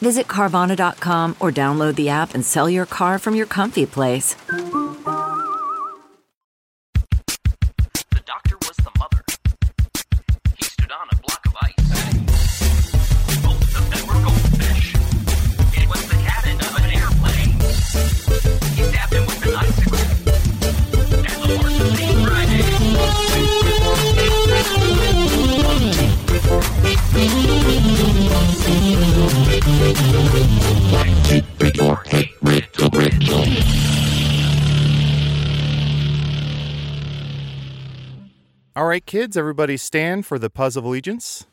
Visit Carvana.com or download the app and sell your car from your comfy place. The doctor was the mother. He stood on a block of ice. Both of them were goldfish. It was the cabin of an airplane. He stabbed him with an icicle. And the horse was named Friday. All right, kids, everybody stand for the Puzz of Allegiance.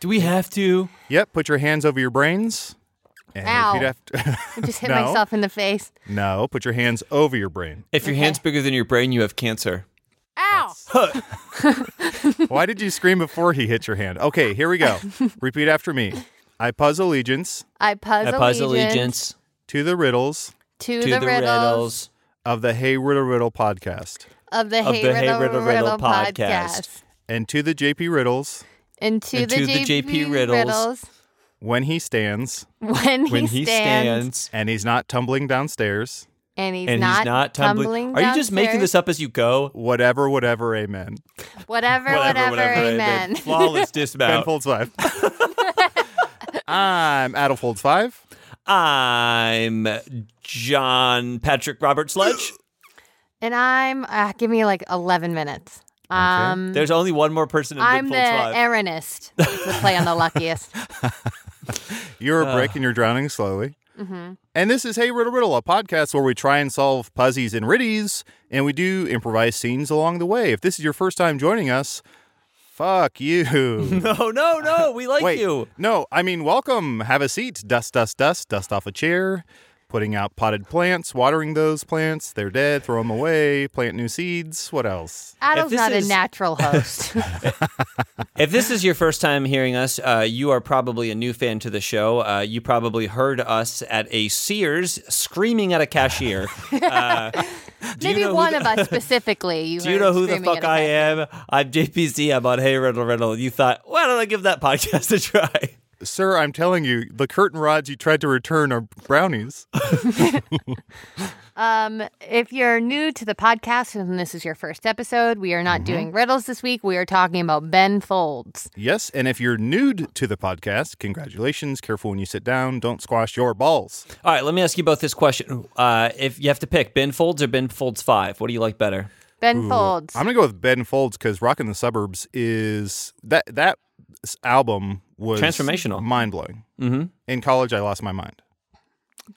Do we have to? Yep, put your hands over your brains. And Ow. repeat after- I just hit No. myself in the face. no, put your hands over your brain. If your hand's bigger than your brain, you have cancer. Ow! Why did you scream before he hit your hand? Okay, here we go. Repeat after me. I puzz allegiance I puzz, I pause allegiance to the riddles to, to the, riddles, of the Hey Riddle Riddle podcast of the of Hey the Hey Riddle, Riddle Riddle, Riddle podcast. podcast. and to the JP Riddles And to, And the, to the JP JP riddles, riddles, when he stands when when, he, he stands, stands. and he's not tumbling downstairs. and he's and not, he's not tumbling. Are you just making this up as you go? Whatever, whatever, amen. Whatever, whatever, amen. Flawless Ben dismount. Folds 5. I'm Adam Folds 5. I'm John Patrick Robert Sledge. And I'm, uh, give me like 11 minutes. Um, There's only one more person in I'm Big the Folds Five. Erinist. It's the play on the luckiest. You're a brick and you're drowning slowly. And this is Hey Riddle Riddle, a podcast where we try and solve puzzies and riddies, and we do improvise scenes along the way. If this is your first time joining us, fuck you. no, Oh, no, no. We like Wait, you. no, I mean, welcome. Have a seat. Dust, dust, dust, dust off a chair. Putting out potted plants, watering those plants. They're dead. Throw them away. Plant new seeds. What else? Adam's this not is- a natural host. If this is your first time hearing us, uh, you are probably a new fan to the show. Uh, you probably heard us at a Sears screaming at a cashier. Uh, do you Maybe know who one the- of us specifically. You Do you heard know who the screaming at fuck a I guy. am? I'm JPC. I'm on Hey Riddle Riddle. You thought, why don't I give that podcast a try? Sir, I'm telling you, the curtain rods you tried to return are brownies. Um, if you're new to the podcast and this is your first episode, we are not Mm-hmm. doing riddles this week. We are talking about Ben Folds. Yes, and if you're nude to the podcast, congratulations. Careful when you sit down. Don't squash your balls. All right, let me ask you both this question. Uh, if you have to pick Ben Folds or Ben Folds 5, what do you like better? Ben Folds. I'm gonna go with Ben Folds because "Rockin' the Suburbs" is that that s- album was Transformational. mind blowing. Mm-hmm. In college, I lost my mind.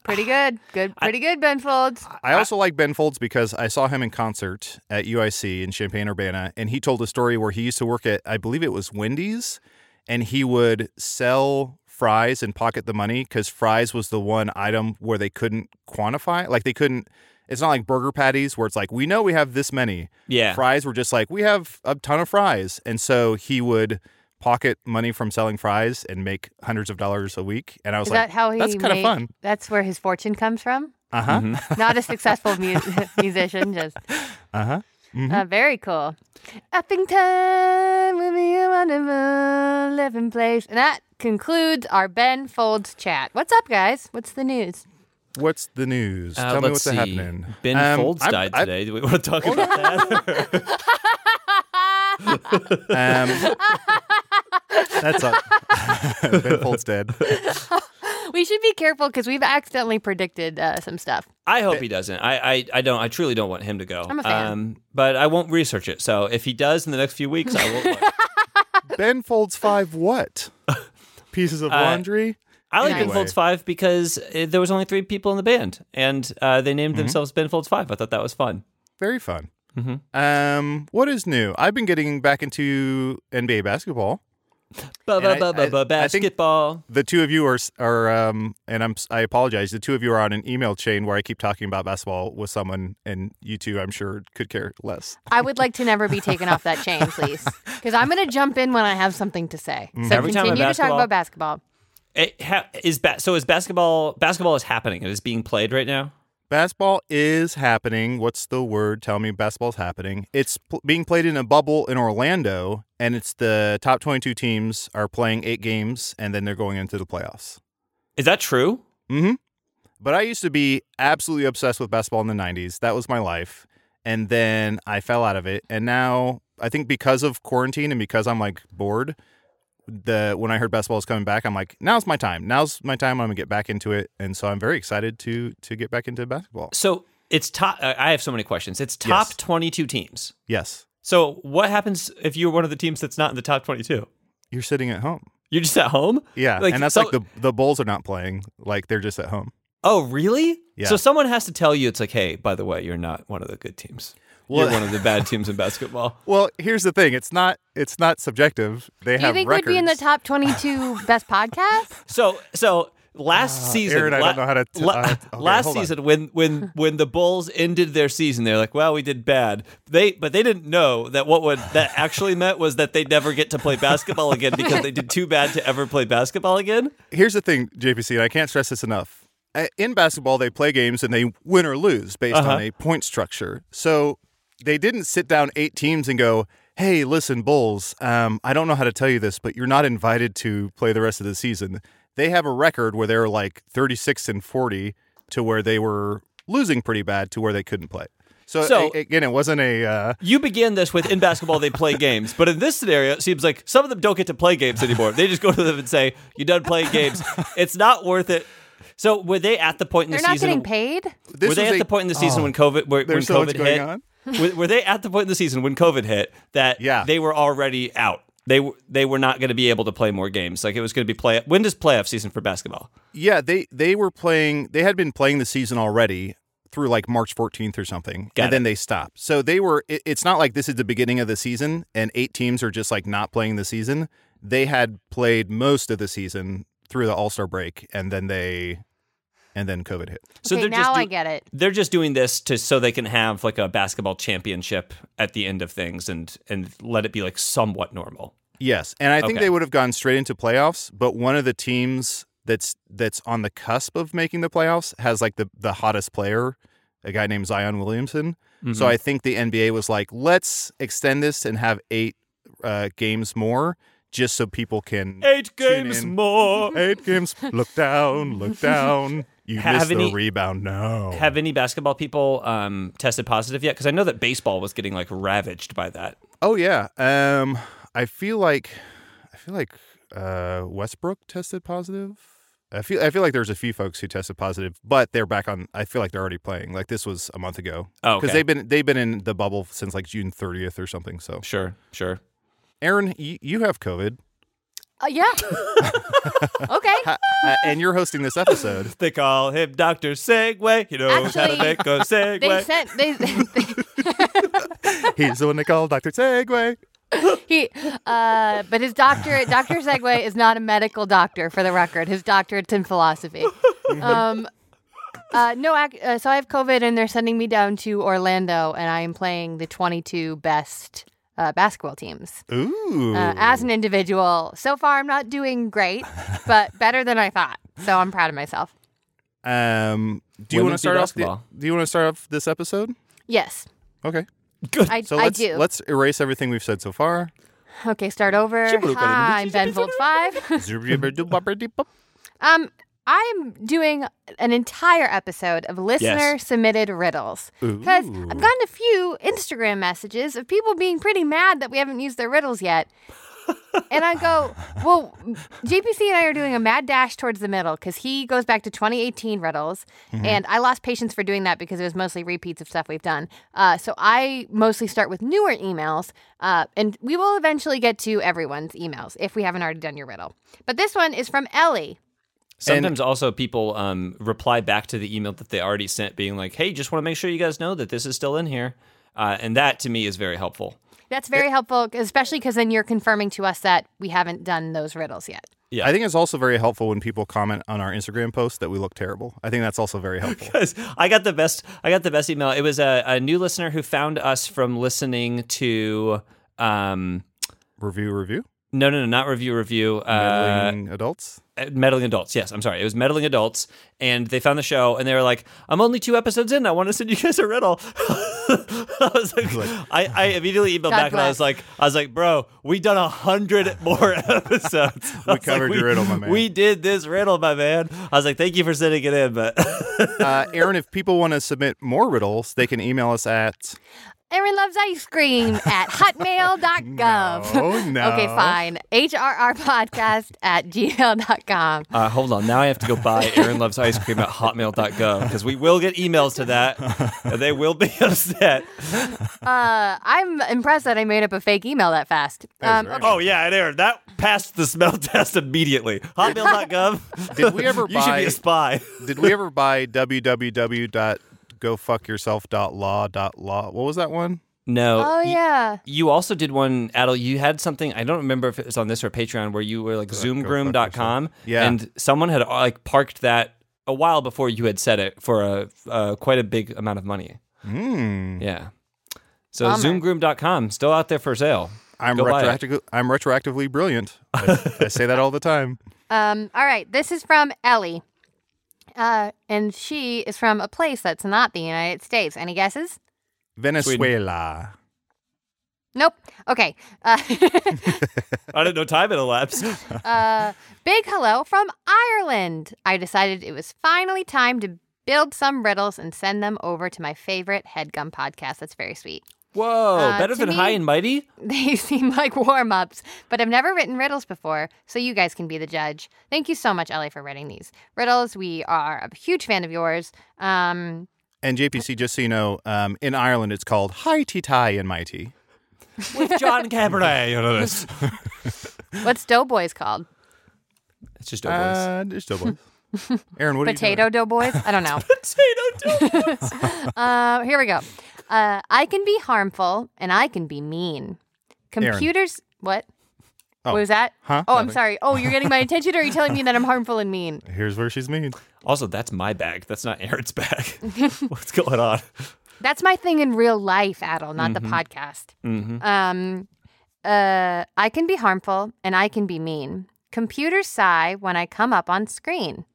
pretty good. Good. Pretty good, Ben Folds. I also like Ben Folds because I saw him in concert at UIC in Champaign Urbana, and he told a story where he used to work at, I believe it was Wendy's, and he would sell fries and pocket the money because fries was the one item where they couldn't quantify. Like they couldn't, it's not like burger patties where it's like, we know we have this many. Yeah. Fries were just like, we have a ton of fries. And so he would pocket money from selling fries and make hundreds of dollars a week. And I was Is like, that how he? that's kind of made- fun. That's where his fortune comes from. Uh huh. Not a successful mu- musician, just. Uh-huh. Mm-hmm. Uh, very cool. Effington will be a wonderful living place. And that concludes our Ben Folds chat. What's up, guys? What's the news? What's the news? Uh, Tell me let's what's see. happening. Ben Um, Folds I'm- died I- today. Do we want to talk about that? Um, that's up. ben Folds dead. We should be careful because we've accidentally predicted uh, some stuff. I hope he doesn't. I, I, I don't. I truly don't want him to go. I'm a fan. Um, but I won't research it. So if he does in the next few weeks, I won't. Look. Ben Folds five what? Pieces of Uh, laundry. I like Anyway. Ben Folds Five because uh, there was only three people in the band, and uh, they Mm-hmm. named themselves Ben Folds Five. I thought that was fun. Very fun. mm-hmm. Um, what is new? I've been getting back into NBA basketball. Ba And I- ba ba ba I- ba I think- basketball. The two of you are s- are um, and I'm s- I apologize. The two of you are on an email chain where I keep talking about basketball with someone, and you two, I'm sure, could care less. I would like to never be taken off that chain, please, because I'm going to jump in when I have something to say. So Mm. Every time a continue to talk basketball- about basketball. It ha- is ba- so is basketball. Basketball is happening. It is being played right now. Basketball is happening. What's the word? Tell me, basketball's happening. It's pl- being played in a bubble in Orlando, and it's the top 22 teams are playing eight games, and then they're going into the playoffs. Is that true? Mm-hmm. But I used to be absolutely obsessed with basketball in the '90s. That was my life, and then I fell out of it. And now I think because of quarantine and because I'm like bored, the when I heard basketball is coming back, I'm like, now's my time. Now's my time. I'm gonna get back into it, and so I'm very excited to to get back into basketball. So it's top. uh, I I have so many questions. It's top Yes. 22 teams. Yes, So what happens if you're one of the teams that's not in the top 22? you're sitting at home. You're just at home. Yeah, Like, and that's so- like the the Bulls are not playing. Like they're just at home. Oh, really? Yeah. So someone has to tell you it's like, hey, by the way, you're not one of the good teams. Well- you're one of the bad teams in basketball. Well, here's the thing. It's not it's not subjective. They Do you have think records. we'd be in the top 22 best podcasts? So so last season, Ah, Aaron, I don't know how to t- uh, okay, last hold on. season, when when when the Bulls ended their season, they're like, well, we did bad. They but they didn't know that what would that actually meant was that they'd never get to play basketball again because they did too bad to ever play basketball again. here's the thing, JPC, and I can't stress this enough. I- In basketball, they play games and they win or lose based Uh-huh. on a point structure. So they didn't sit down eight teams and go, "Hey, listen, Bulls, um, I don't know how to tell you this, but you're not invited to play the rest of the season." They have a record where they're like 36 and 40 to where they were losing pretty bad to where they couldn't play. So, So- a- again, it wasn't a uh, You begin this with in basketball they play games, but in this scenario it seems like some of them don't get to play games anymore. They just go to them and say, "You done playing games? It's not worth it." So were they at the point in They're the not season? getting paid. this were they was at a- Oh. the point in the season when COVID where, when there's so much COVID going hit? on. Were, were they at the point in the season when COVID hit that Yeah. they were already out? They were they were not going to be able to play more games. Like it was going to be play. When does playoff season for basketball? Yeah, they they were playing. They had been playing the season already through like March 14th or something, Got and then they stopped. So they were. It, it's not like this is the beginning of the season and eight teams are just like not playing the season. They had played most of the season through the All Star break, and then they, and then COVID hit. So okay, they're now just do- I get it. they're just doing this to so they can have like a basketball championship at the end of things and and let it be like somewhat normal. Yes, and I think Okay. they would have gone straight into playoffs, but one of the teams that's that's on the cusp of making the playoffs has like the the hottest player, a guy named Zion Williamson. Mm-hmm. So I think the NBA was like, let's extend this and have eight uh, games more, just so people can eight tune games in. more. Eight games. Look down. Look down. You Have missed any- the rebound. No. Have any basketball people um, tested positive yet? Because I know that baseball was getting like ravaged by that. Oh yeah. Um, I feel like I feel like uh, Westbrook tested positive. I feel I feel like there's a few folks who tested positive, but they're back on. I feel like they're already playing. Like this was a month ago. Oh, okay. they've been they've been in the bubble since like June 30th or something. So, Sure, sure. Aaron, you, you have COVID, Uh, yeah. okay. Ha- uh, and you're hosting this episode. They call him Doctor Segway. He knows Actually, a Segway. They sent they, He's the one they call Doctor Segway. he uh but his doctorate Dr. Segway is not a medical doctor for the record. His doctorate's in philosophy. Um uh, no, ac- uh, so I have COVID and they're sending me down to Orlando and I am playing the 22 best uh, basketball teams Ooh. uh, as an individual. So far, I'm not doing great, but better than I thought. So I'm proud of myself. um. Do you want to Women beat start off? The, basketball. do you want to start off this episode? Yes, Okay. I, So I let's do. let's erase everything we've said so far. Okay, start over. Hi, I'm Ben Fold Five. Um, I'm doing an entire episode of listener submitted riddles because I've gotten a few Instagram messages of people being pretty mad that we haven't used their riddles yet. and I go, well, JPC and I are doing a mad dash towards the middle because he goes back to 2018 riddles, and I lost patience for doing that because it was mostly repeats of stuff we've done. Uh, so I mostly start with newer emails, uh, and we will eventually get to everyone's emails if we haven't already done your riddle. But this one is from Ellie. Sometimes also people um, reply back to the email that they already sent, being like, "Hey, just want to make sure you guys know that this is still in here," uh, and that to me is very helpful. That's very helpful, especially because then you're confirming to us that we haven't done those riddles yet. I think it's also very helpful when people comment on our Instagram post that we look terrible. I think that's also very helpful. because I got the best. I got the best email. It was a, a new listener who found us from listening to. Um, review, review. no, no, no, not review, review. Uh, Meddling adults. uh, meddling adults. Yes, I'm sorry. It was meddling adults, and they found the show, and they were like, "I'm only two episodes in. I want to send you guys a riddle." I was like, I, I immediately emailed God back, and I was bless. like, "I was like, bro, we done a hundred more episodes. I was covered your riddle, my man." We did this riddle, my man. I was like, thank you for sending it in, but Uh, Aaron, if people want to submit more riddles, they can email us at Erin loves ice cream at hotmail.gov. No, no. okay, fine. HRRpodcast at gmail.com. Uh, hold on. Now I have to go buy Aaron Loves Ice Cream at hotmail.gov because we will get emails to that. And they will be upset. Uh, I'm impressed that I made up a fake email that fast. Um, okay. Oh, yeah. And Aaron, that passed the smell test immediately. Hotmail.gov. Did we ever You should be buy- a spy. Did we ever buy www.gofuckyourself.law.law? What was that one? No. Oh, yeah. You also did one, Adel. You had something, I don't remember if it was on this or Patreon, where you were like zoomgroom.com. Yeah. And someone had uh, like parked that a while before you had said it for a uh, quite a big amount of money. Yeah. So zoomgroom.com still out there for sale. I'm Go buy it. retroactively I'm retroactively brilliant. I, I say that all the time. Um, all right. This is from Ellie. Uh, and she is from a place that's not the United States. Any guesses? Venezuela. Nope. Okay. Uh, I didn't know time had elapsed. uh, big hello from Ireland. I decided it was finally time to build some riddles and send them over to my favorite headgum podcast. That's very sweet. Whoa, Uh, better to than me- High and Mighty? They seem like warm ups, but I've never written riddles before, so you guys can be the judge. Thank you so much, Ellie, for writing these riddles. We are a huge fan of yours. Um, And JPC, just so you know, um, in Ireland it's called High Tea Tie in My Tea. With John Cabernet. You know this. what's Doughboys called? It's just Uh, there's still boys. Aaron, what are Potato you Doughboys? I don't know. Uh, here we go. Uh, I can be harmful and I can be mean. Computers. What? What was that? Huh? Oh, I'm Nothing. sorry. Oh, you're getting my attention, or are you telling me that I'm harmful and mean? doing? Here's where she's mean. Also, that's my bag. That's not Aaron's bag. What's going on? That's my thing in real life, Adel, not the podcast. Um, uh, I can be harmful and I can be mean. Computers sigh when I come up on screen.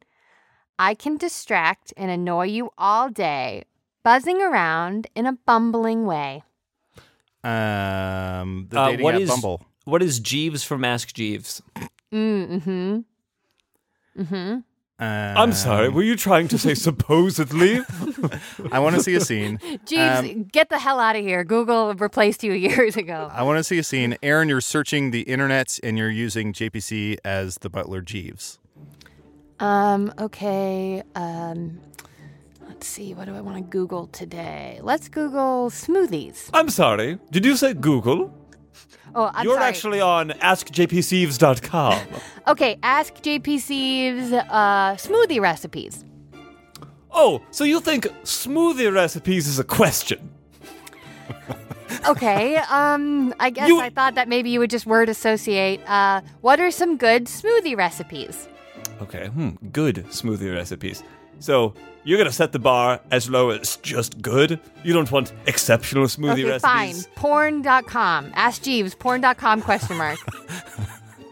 I can distract and annoy you all day, buzzing around in a bumbling way. Um, the Uh, dating what app is Bumble. what is Jeeves from Ask Jeeves? Mm-hmm. Um, I'm sorry. Were you trying to say supposedly? I want to see a scene. Jeeves, get the hell out of here. Google replaced you years ago. I want to see a scene. Aaron, you're searching the internet and you're using JPC as the butler Jeeves. Um, okay. Um, let's see. What do I want to Google today? Let's Google smoothies. I'm sorry. Did you say Google? Oh, I'm You're sorry. actually on AskJPSieves.com. Okay, ask JPC's uh, smoothie recipes. oh, so you think smoothie recipes is a question? Okay, um, I guess You- I thought that maybe you would just word associate. Uh, what are some good smoothie recipes? Okay, hmm, good smoothie recipes. So you're gonna set the bar as low as just good. You don't want exceptional smoothie okay, recipes. fine. Porn.com. Ask Jeeves, porn.com question mark.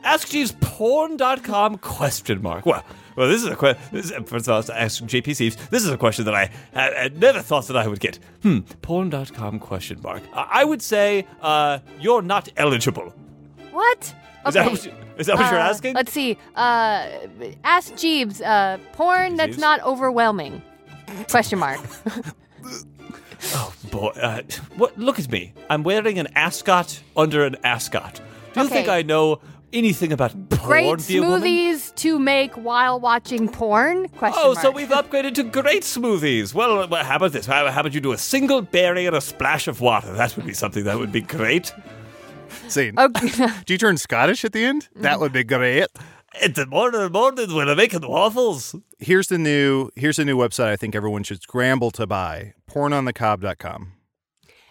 Ask Jeeves porn.com question mark. Well, well, this is a question. First of all, to ask JP Sieves. This is a question that I, I, I never thought that I would get. Hmm, porn.com question mark. I, I would say uh, you're not eligible. what? Is that Okay. what, you, is that what you're Uh, asking? Let's see. Uh, ask Jeeves. Uh, porn that's Jeeves? not overwhelming. Question mark. Boy, uh, what? Look at me. I'm wearing an ascot under an ascot. Do you Okay. think I know anything about porn? Great dear woman? smoothies to make while watching porn. Question Oh, mark. so we've upgraded to great smoothies. Well, uh, how about this? How, how about you do a single berry and a splash of water? That would be something that would be great. Scene. Oh. Okay. Do you turn Scottish at the end? Mm-hmm. That would be great. In the morning, morning when I'm making waffles. Here's the new here's a new website I think everyone should scramble to buy. Pornonthecob.com.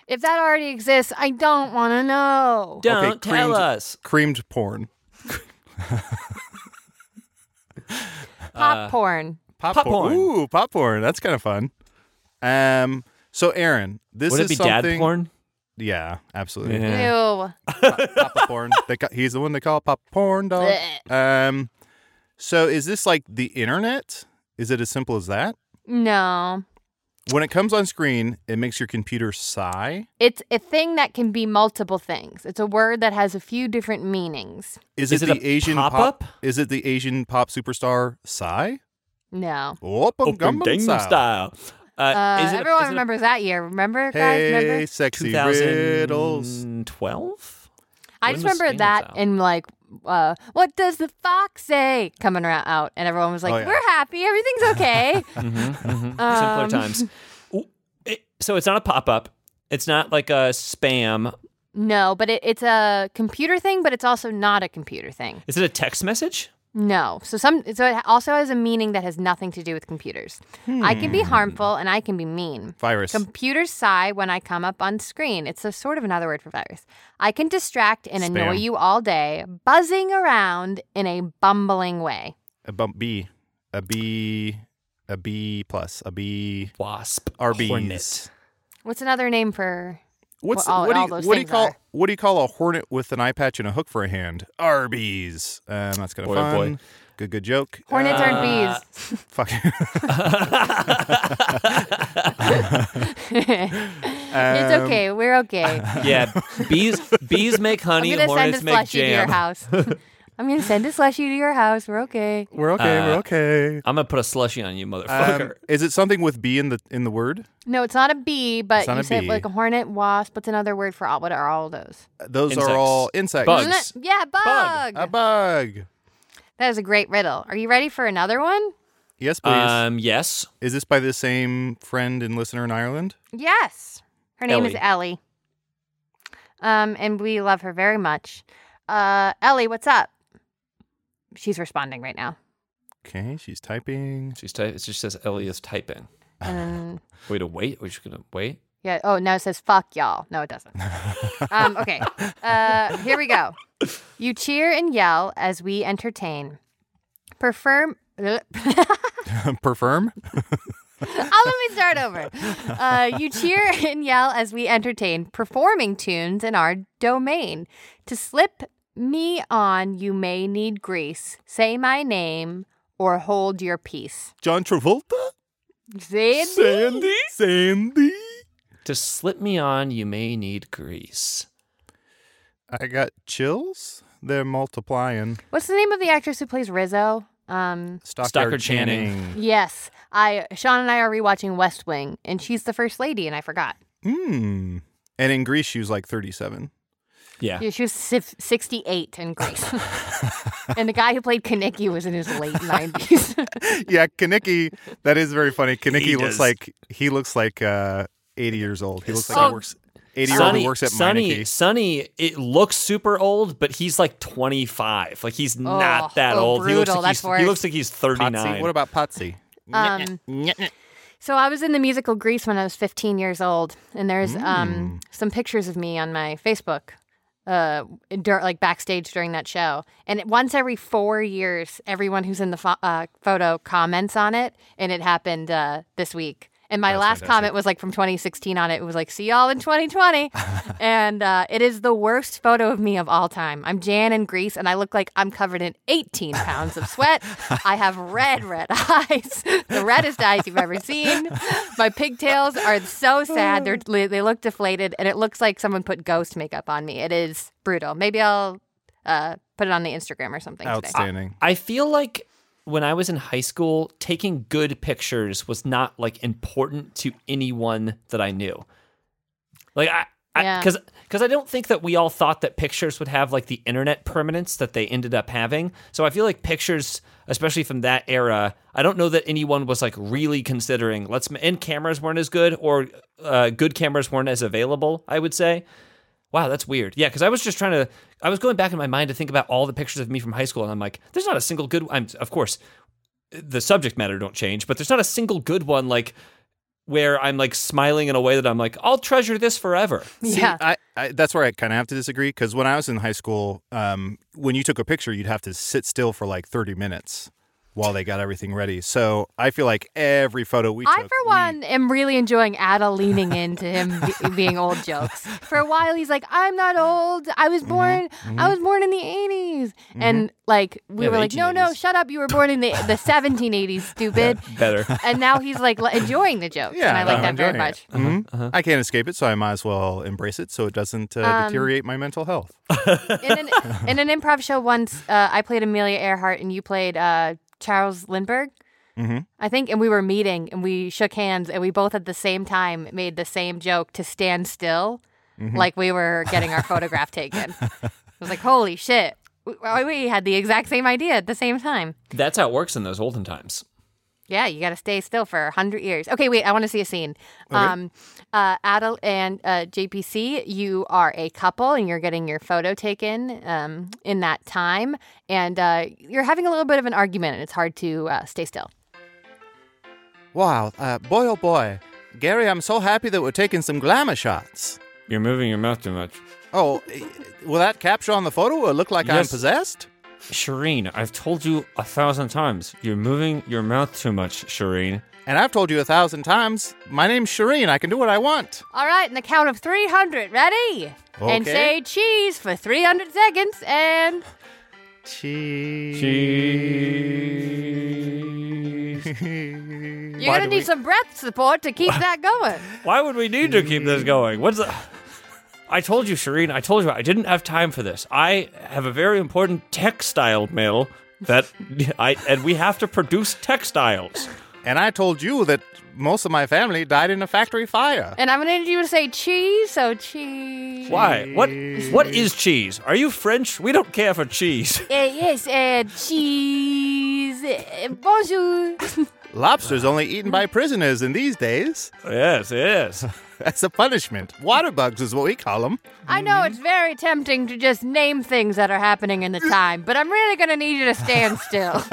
If that already exists, I don't want to know. Don't tell creamed- us. Creamed porn. Uh, Pop porn. porn. Ooh, pop porn. That's kind of fun. Um. So, Aaron, this Would is it be dad something. porn? Yeah, absolutely. Yeah. Ew. Papa porn. They ca- he's the one they call pop porn dog. Um. So, is this like the internet? Is it as simple as that? No. When it comes on screen, it makes your computer sigh. It's a thing that can be multiple things. It's a word that has a few different meanings. Is, Is it, it the a Asian pop-up? pop? Is it the Asian pop superstar sigh? um, No. Open Open Gangnam Gangnam Style. style. Uh, Uh, is it, everyone is it remembers that year. Remember, guys? Hey, Remember? sexy riddles. 2012? I when was just remember Scandal that out? and like, uh, what does the fox say? Coming around out, and everyone was like, Oh, yeah. "We're happy, everything's okay." Mm-hmm, Simpler Um, times. Ooh, it- so it's not a pop up. It's not like a spam. No, but it, it's a computer thing, but it's also not a computer thing. Is it a text message? No. So some so it also has a meaning that has nothing to do with computers. I can Hmm. be harmful and I can be mean. Virus. Computers sigh when I come up on screen. It's a sort of another word for virus. I can distract and annoy Spam. you all day, buzzing around in a bumbling way. a bump B, a B, a B plus, a B, Wasp. RBs. Hornet. What's another name for What's Well, all- what do all you, those what do you things call are. what do you call a hornet with an eye patch and a hook for a hand? Arby's. Um, that's kind of Boy, oh, fun. boy. Good, good joke. Hornets Uh, aren't bees. fuck. it's okay. We're okay. Yeah. Bees bees make honey, I'm gonna send a hornets make slushie to your jam. house. I'm gonna send a slushie to your house. We're okay. We're okay. we're Uh, okay. I'm going to put a slushie on you, motherfucker. Um, is it something with B in the in the word? No, it's not a bee, but It's not you a said bee. like a hornet, wasp. What's another word for all? What are all those? Those Insects. are all insects. Bugs. Isn't it- Yeah, bug. A bug. That is a great riddle. Are you ready for another one? Yes, please. Um, yes. is this by the same friend and listener in Ireland? Yes. Her name is Ellie. Um, and we love her very much. Uh, Ellie, what's up? She's responding right now. Okay, she's typing. She's type. It just says Ellie is typing. And then, Wait, to wait. We're just gonna wait. yeah. Oh, now it says fuck y'all. No, it doesn't. um, okay. Uh, here we go. You cheer and yell as we entertain. Prefer. Perform. Oh, let me start over. Uh, you cheer and yell as we entertain, performing tunes in our domain. To slip me on, you may need grease. Say my name or hold your peace. John Travolta. Say it. Sandy. Sandy. To slip me on, you may need grease. I got chills. They're multiplying. What's the name of the actress who plays Rizzo? Um, Stockard, Stockard Channing. yes, I. Sean and I are rewatching West Wing, and she's the first lady, and I forgot. Mm. And in Greece, she was like 37. Yeah. Yeah, she was sif- 68 in Greece. and the guy who played Kaneki was in his late 90s. yeah, Kaneki. That is very funny. Kaneki He looks does. like he looks like uh, 80 years old. He looks like son- he works 80 year old Sonny, who works at Sonny, Meineke. Sonny, it looks super old, but he's like 25. Like he's not that oh, old. he, looks brutal, like that's he's, he worse. looks like he's 39. Potsy. What about Potsy? Um, so I was in the musical Grease when I was 15 years old, and there's um, some pictures of me on my Facebook, uh, dur- like backstage during that show. And it- once every four years, everyone who's in the fo- uh, photo comments on it, and it happened uh, this week. And my last comment was like from 2016 on it. It was like, see y'all in 2020. and uh, it is the worst photo of me of all time. I'm Jan in Greece, and I look like I'm covered in 18 pounds of sweat. I have red, red eyes, the reddest eyes you've ever seen. My pigtails are so sad. They're, they look deflated, and it looks like someone put ghost makeup on me. It is brutal. Maybe I'll uh, put it on the Instagram or something today. Outstanding. I feel like when I was in high school, taking good pictures was not like important to anyone that I knew. Like I, Yeah. because because I don't think that we all thought that pictures would have like the internet permanence that they ended up having. So I feel like pictures, especially from that era, I don't know that anyone was like really considering. Let's ma- and cameras weren't as good, or uh, good cameras weren't as available. I would say. Wow, that's weird. Yeah, because I was just trying to, I was going back in my mind to think about all the pictures of me from high school, and I'm like, there's not a single good. I'm of course, the subject matter don't change, but there's not a single good one like where I'm like smiling in a way that I'm like, I'll treasure this forever. See, yeah. I, I, that's where I kind of have to disagree because when I was in high school, um, when you took a picture, you'd have to sit still for like 30 minutes while they got everything ready. So I feel like every photo we I, took, for we- one, am really enjoying Ada leaning into him be- being old jokes. For a while, he's like, "I'm not old. I Mm-hmm. was born. I was born in the '80s." And like, we Yeah, were the like, "No, no, 1880s. shut up. You were born in the the 1780s, stupid." Better. And now he's like le- enjoying the jokes, yeah, and I like I'm that very enjoying much. it. Mhm. I can't escape it, so I might as well embrace it so it doesn't uh, Um, deteriorate my mental health. in an in an improv show once, uh, I played Amelia Earhart and you played uh, Charles Lindbergh. I think, and we were meeting and we shook hands and we both at the same time made the same joke to stand still, like we were getting our photograph taken. I was like, holy shit. We, we had the exact same idea at the same time. That's how it works in those olden times. Yeah, you got to stay still for 100 years. Okay, wait, I want to see a scene. Um, uh, Adel and uh, JPC, you are a couple and you're getting your photo taken um, in that time. And uh, you're having a little bit of an argument and it's hard to uh, stay still. Wow, uh, boy, oh boy. Gary, I'm so happy that we're taking some glamour shots. You're moving your mouth too much. Oh, eh, will that capture on the photo or look like Yes. I'm possessed? Shireen, I've told you a thousand times. You're moving your mouth too much, Shireen. And I've told you a thousand times, my name's Shireen. I can do what I want. All right, in the count of 300, ready? And Okay. say cheese for 300 seconds and. Cheese. You're going to need some breath support to keep that going. Why would we need to keep this going? What's the. I told you, Shireen, I told you I didn't have time for this. I have a very important textile mill that I. And we have to produce textiles. And I told you that most of my family died in a factory fire. And I'm going to need you to say cheese, so cheese. Why? What? Mm. What is cheese? Are you French? We don't care for cheese. Uh, yes, uh, cheese. Uh, bonjour. Lobster's only eaten by prisoners in these days. yes, yes. That's a punishment. Water bugs is what we call them. I know it's very tempting to just name things that are happening in the time, but I'm really going to need you to stand still.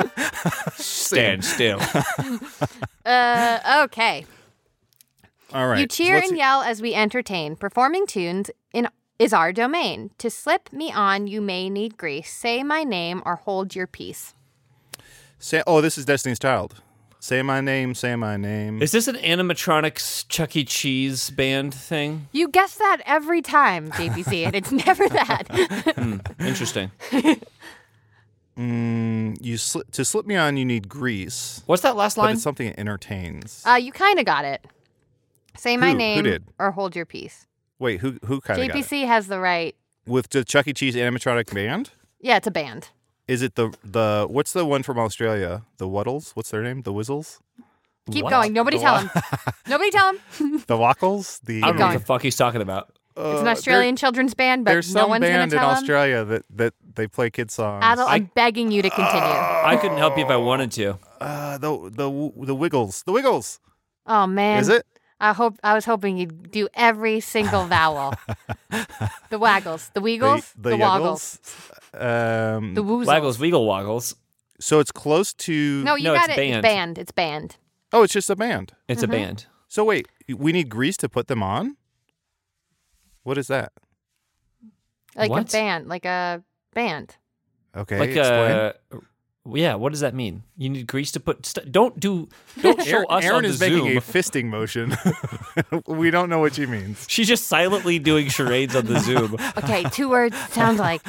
Stand still. uh, okay. All right. You cheer let's and see- yell as we entertain. Performing tunes in is our domain. To slip me on, you may need grease. Say my name or hold your peace. Say, oh, this is Destiny's Child. Say my name, say my name. Is this an animatronic s- Chuck E. Cheese band thing? You guess that every time, JPC, and it's never that. Interesting. Mm, you sli- to slip me on, you need grease. What's that last But line? it's something that entertains. Uh, you kind of got it. Say my Who- who name did? or hold your peace. Wait, who who kind of got it? JPC has the right. with the Chuck E. Cheese animatronic band? Yeah, it's a band. Is it the the what's the one from Australia? The Wuddles? What's their name? The Whizzles? Keep What? going. Nobody tell him. Nobody tell him. The Wackles? The uh, I don't know going. what the fuck he's talking about. it's an Australian children's band, but There's no some one's going band to in tell him. Australia that that they play kid songs. Adel, I'm begging you to continue. I couldn't help Oh. you if I wanted to. Uh, the the the Wiggles. The Wiggles. Oh man, Is it? I hope I was hoping you'd do every single vowel. the waggles, the weagles, the, woggles, Yuggles? Um, the woozles. Waggles, Weagle Waggles. so it's close to. No, you No, got it's it. band. It's band. It's band. Oh, it's just a band. It's a Mm-hmm. band. So wait, we need grease to put them on. What is that? Like a What? band. Like a band. Okay, like explain. a. Yeah, what does that mean? You need grease to put. St- don't do. Don't show Aaron, us Aaron on the is Zoom. making a fisting motion. we don't know what she means. She's just silently doing charades on the Zoom. Okay, two words sounds like.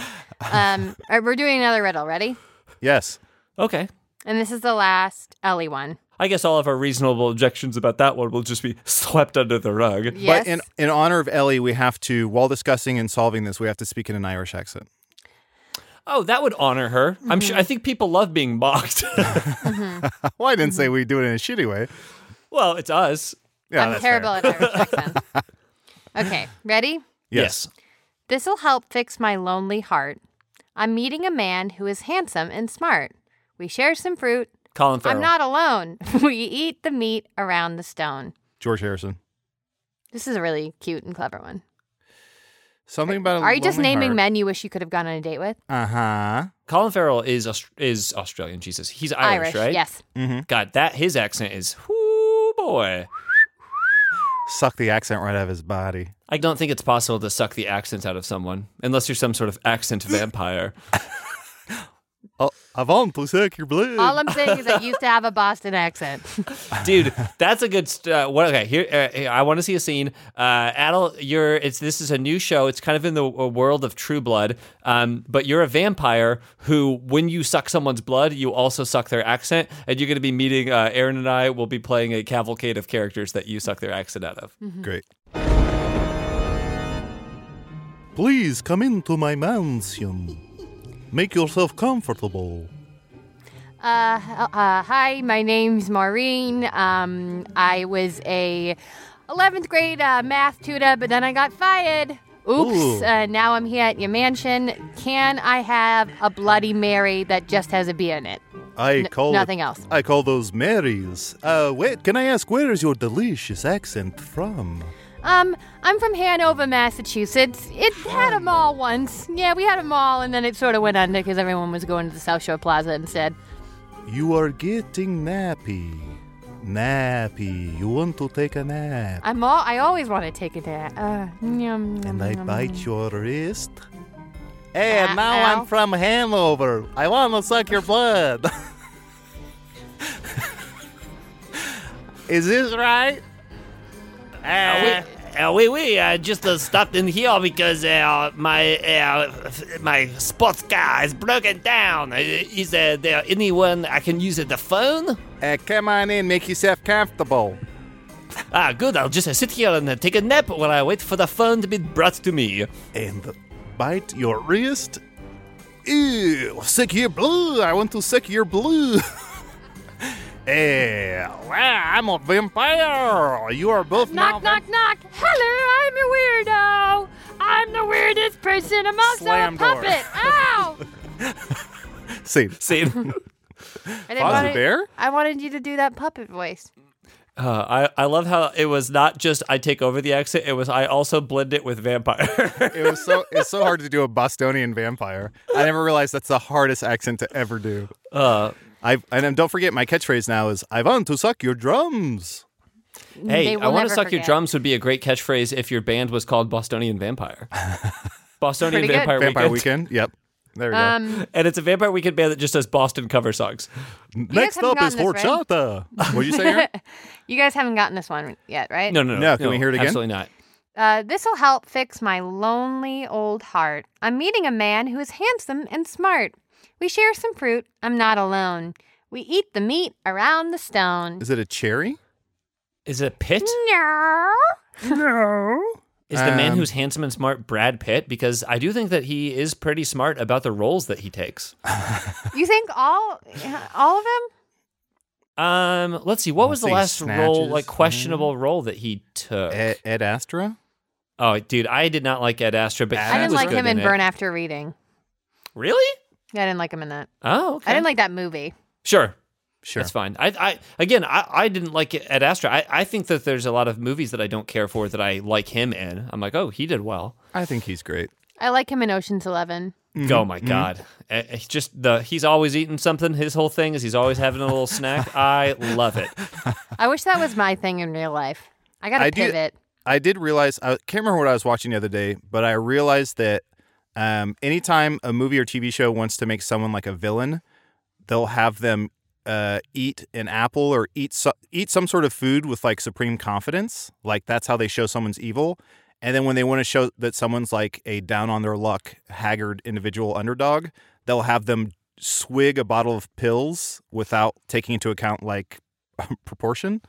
Um, all right, we're doing another riddle. Ready? Yes. Okay. And this is the last Ellie one. I guess all of our reasonable objections about that one will just be swept under the rug. Yes. But in in honor of Ellie, we have to, while discussing and solving this, we have to speak in an Irish accent. Oh, that would honor her. I'm sure. I think people love being mocked. Well, I didn't say we do it in a shitty way. well, it's us. Yeah, Mm-hmm. I'm that's terrible fair. at Irish accents. Okay, ready? Yes. This'll help fix my lonely heart. I'm meeting a man who is handsome and smart. We share some fruit. Colin Farrell. I'm not alone. we eat the meat around the stone. George Harrison. This is a really cute and clever one. Something about. Are you just naming men you wish you could have gone on a date with? Uh huh. Colin Farrell is Aus- is Australian. Jesus, he's Irish, right? Yes. God, that his accent is. Whoo boy. suck the accent right out of his body. I don't think it's possible to suck the accent out of someone unless you're some sort of accent vampire. Oh, I want to suck your blood. All I'm saying is I used to have a Boston accent. Dude, that's a good. St- uh, what? Okay, here uh, here, I want to see a scene. Uh, Adel, you're. It's this is a new show. It's kind of in the w- world of True Blood, um, but you're a vampire who, when you suck someone's blood, you also suck their accent, and you're going to be meeting uh, Aaron and I. will be playing a cavalcade of characters that you suck their accent out of. Mm-hmm. Great. Please come into my mansion. Make yourself comfortable. Uh, uh, hi, my name's Maureen. Um, I was a 11th grade uh, math tutor, but then I got fired. Oops, Ooh. uh, now I'm here at your mansion. Can I have a Bloody Mary that just has a beer in it? I call nothing else. I call those Marys. Uh, wait, can I ask where is your delicious accent from? Um, I'm from Hanover, Massachusetts. It had a mall once. Yeah, we had a mall, and then it sort of went under because everyone was going to the South Shore Plaza instead. You are getting nappy. Nappy. You want to take a nap. I'm all. I always want to take it there. Uh, yum, and yum, I yum. bite your wrist. Hey, Ah, now ow. I'm from Hanover. I want to suck your blood. Is this right? Uh, we, uh, we, we uh, just uh, stopped in here because uh, my uh, my sports car is broken down. Uh, is uh, there anyone I can use uh, the phone? Uh, come on in, make yourself comfortable. Ah, good. I'll just uh, sit here and uh, take a nap while I wait for the phone to be brought to me. And bite your wrist. Ew, suck your blue. I want to suck your blue. Eh, wow, I'm a vampire. You are both now Knock, knock, knock. Hello, I'm a weirdo. I'm the weirdest person. I'm also Slam a door. puppet. Ow! See, See, I didn't Foz the want it- Bear? I wanted you to do that puppet voice. I I love how it was not just I take over the accent. It was I also blend it with vampire. it was so it's so hard to do a Bostonian vampire. I never realized that's the hardest accent to ever do. uh, I and then don't forget my catchphrase now is I want to suck your drums. hey, They I will want to never suck your forget. drums would be a great catchphrase if your band was called Bostonian Vampire. Bostonian Pretty good. Vampire, Vampire Weekend. weekend. Yep. There we go. Um, And it's a Vampire Weekend band that just does Boston cover songs. Next up haven't is gotten this, right? horchata. What'd you say? Aaron? you guys haven't gotten this one yet, right? No, no, no. No, can we hear it again? Absolutely not. Uh, this will help fix my lonely old heart. I'm meeting a man who is handsome and smart. We share some fruit. I'm not alone. We eat the meat around the stone. Is it a cherry? Is it Pitt? No. No. Is the man Um, who's handsome and smart Brad Pitt? Because I do think that he is pretty smart about the roles that he takes. You think all all of them? Um, let's see. What was the see, last role, Snatches, Mm-hmm. Eh. like questionable role that he took? Ed, E-, Ed Astra? oh, dude, I did not like Ed Astra, but I he I didn't was like good him in it. Burn After Reading. Really? Yeah, I didn't like him in that. Oh, okay. I didn't like that movie. Sure. Sure. That's fine. I, I again, I, I didn't like Ed Astra. I, I think that there's a lot of movies that I don't care for that I like him in. I'm like, oh, he did well. I think he's great. I like him in Ocean's Eleven. Mm-hmm. Oh my god! Eh, eh, Just the he's always eating something. His whole thing is he's always having a little snack. I love it. I wish that was my thing in real life. I gotta I do- pivot. I did realize I can't remember what I was watching the other day, but I realized that um, anytime a movie or TV show wants to make someone like a villain, they'll have them uh, eat an apple or eat so- eat some sort of food with like supreme confidence. Like that's how they show someone's evil. And then when they want to show that someone's like a down on their luck, haggard individual underdog, they'll have them swig a bottle of pills without taking into account like proportion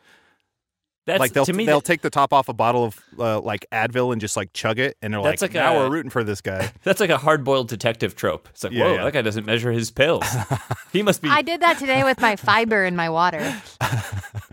That's like they'll to me. they'll that- take the top off a bottle of uh, like Advil and just like chug it, and they're That's like, like now a- we're rooting for this guy. that's like a hard-boiled detective trope. It's like, Yeah, whoa, yeah. that guy doesn't measure his pills. he must be. I did that today with my fiber in my water.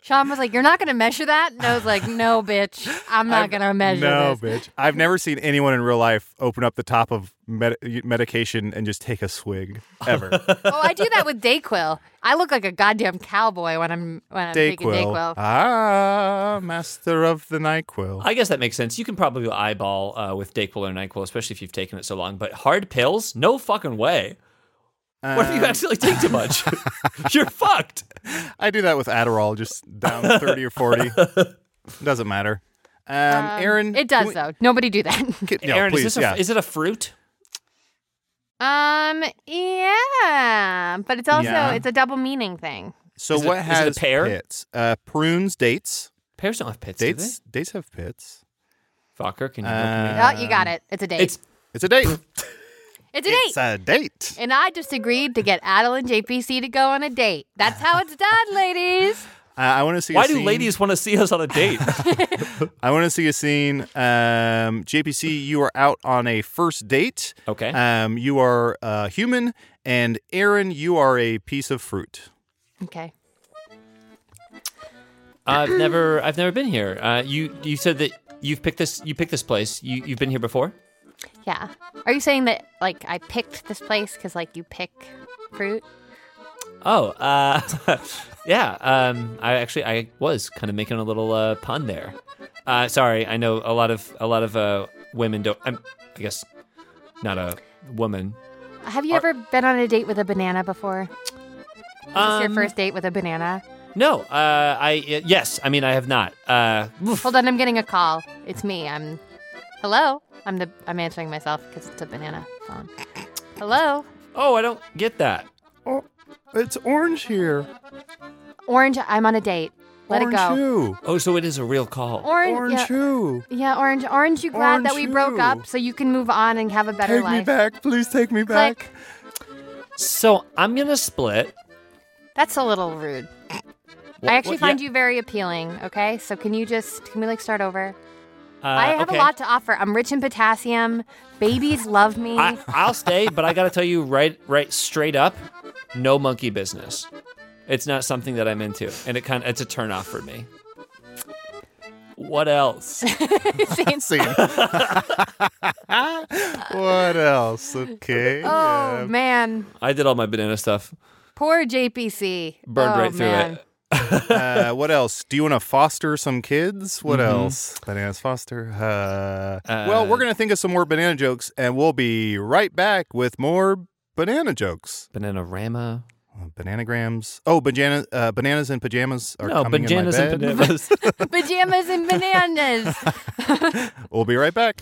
Sean was like, "You're not gonna measure that," and I was like, "No, bitch, I'm not gonna measure no, this." bitch. I've never seen anyone in real life open up the top of med- medication and just take a swig ever. Oh, I do that with Dayquil. I look like a goddamn cowboy when I'm when I'm taking Dayquil. Uh, Dayquil. Ah, master of the Nyquil. I guess that makes sense. You can probably eyeball uh, with Dayquil or Nyquil, especially if you've taken it so long. But hard pills, no fucking way. Um, what if you actually take too much? You're fucked. I do that with Adderall, just down 30 or 40. Doesn't matter. Um, Aaron, It does can we- though. Nobody do that. can- no, Aaron, please, is this a, yeah. is it a fruit? um, yeah, but it's also Yeah. it's a double meaning thing. so is it- what is it a has pear? pits? Uh, prunes, dates, Pears don't have pits, dates, dates have pits. do they? Fokker, can you Uh, oh, you got it. It's a date. It's It's It's, a date. a date. It's a date. and I just agreed to get Adele and JPC to go on a date. That's how it's done, ladies. Uh, I want to see. a why do scene- ladies want to see us on a date? I want to see a scene. Um, JPC, you are out on a first date. Okay. Um, you are uh, human, and Aaron, you are a piece of fruit. Okay. I've never I've never been here. Uh, you you said that you've picked this you picked this place. You you've been here before? Yeah. Are you saying that like I picked this place because like you pick fruit? Oh, uh, yeah. Um, I actually I was kind of making a little uh, pun there. Uh, sorry, I know a lot of a lot of uh, women don't. I'm, I guess not a woman. Have Uh, you ever been on a date with a banana before? Is this Um, your first date with a banana? No. Uh, I yes. I mean, I have not. Uh, oof. Hold on, I'm getting a call. It's me. I'm. Hello. I'm the. I'm answering myself because it's a banana phone. Hello. oh, I don't get that. Oh, it's orange here. Orange. I'm on a date. Let orange it go. Who. Oh, so it is a real call. Orange. Orange yeah. who. Yeah, Orange. Orange, you glad that we Orange, broke you. up so you can move on and have a better Take life. me back, please. Take me back. Click. So I'm gonna split. That's a little rude. Wha- I actually what- find yeah, you very appealing, okay? So can you just can we like start over? uh, I have okay. a lot to offer. I'm rich in potassium. Babies love me. I, Mm. I'll stay, but I gotta tell you right, right, straight up, no monkey business. It's not something that I'm into, and it kind of it's a turnoff for me. What else? Scene. what else? Okay. oh uh, man. I did all my banana stuff, Poor JPC. burned Oh, right through man. it. Uh, what else? Do you want to foster some kids? Mm-hmm. What else? Bananas foster. Uh, well, we're going to think of some more banana jokes, and we'll be right back with more banana jokes. Banana rama. Uh, Bananagrams. Oh, banana, uh, bananas and pajamas are No, coming bananas in my and bed. bananas. Pajamas and bananas. We'll be right back.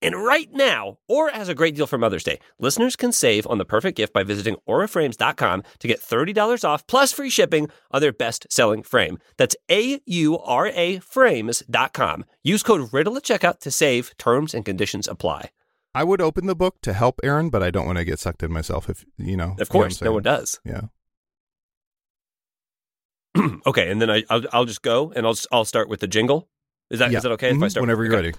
And right now, Aura has a great deal for Mother's Day. Listeners can save on the perfect gift by visiting auraframes.com to get $30 off plus free shipping on their best-selling frame. That's A U R A frames.com. Use code Riddle at checkout to save. Terms and conditions apply. I would open the book to help Aaron, but I don't want to get sucked in myself. If you know, Of course, no one does. Yeah. okay, and then I I'll, I'll just go and I'll I'll start with the jingle. Is that is Yeah. that okay if I Mhm. start whenever you're okay. ready?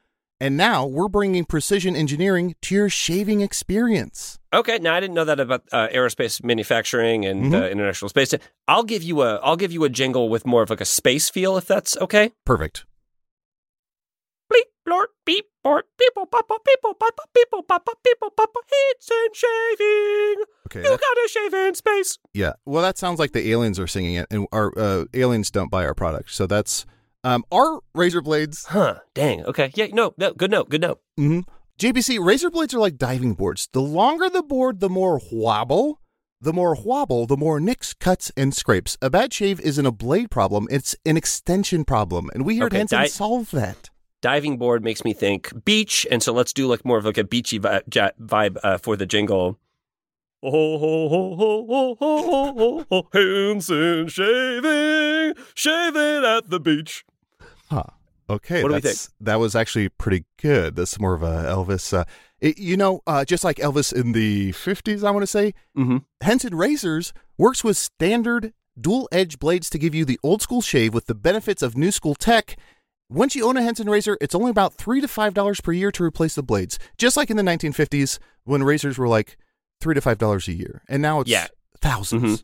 And now we're bringing precision engineering to your shaving experience. Okay, now I didn't know that about uh, aerospace manufacturing and Mm-hmm. uh, international space. Sta- I'll give you a I'll give you a jingle with more of like a space feel if that's okay. Perfect. Bleep, blort, beep, bort, people, papa, people, papa, people, papa, people, papa, heats and shaving. Okay. You that- gotta shave in space. yeah. Well, that sounds like the aliens are singing it, and our uh, aliens don't buy our product. So that's um, our razor blades. Huh? Dang. Okay. Yeah. No. No. Good note. Good note. Mm-hmm. JPC, razor blades are like diving boards. The longer the board, the more wobble. The more wobble, the more nicks, cuts, and scrapes. A bad shave isn't a blade problem, it's an extension problem. And we here Okay, at Henson di- solve that. diving board makes me think beach, and so let's do like more of like a beachy vi- ja- vibe uh, for the jingle. Oh, oh, oh, oh, oh, oh, oh, oh, Hanson shaving, shaving at the beach. Huh. Okay. What do we that's- That was actually pretty good. That's more of a Elvis. Uh, it- you know, uh, just like Elvis in the 50s, I want to say, Mm-hmm. Henson Razors works with standard dual edge blades to give you the old school shave with the benefits of new school tech. Once you own a Henson razor, it's only about three to five dollars per year to replace the blades. Just like in the 1950s when razors were like three to five dollars a year, and now it's Yeah. Mm-hmm. 1000s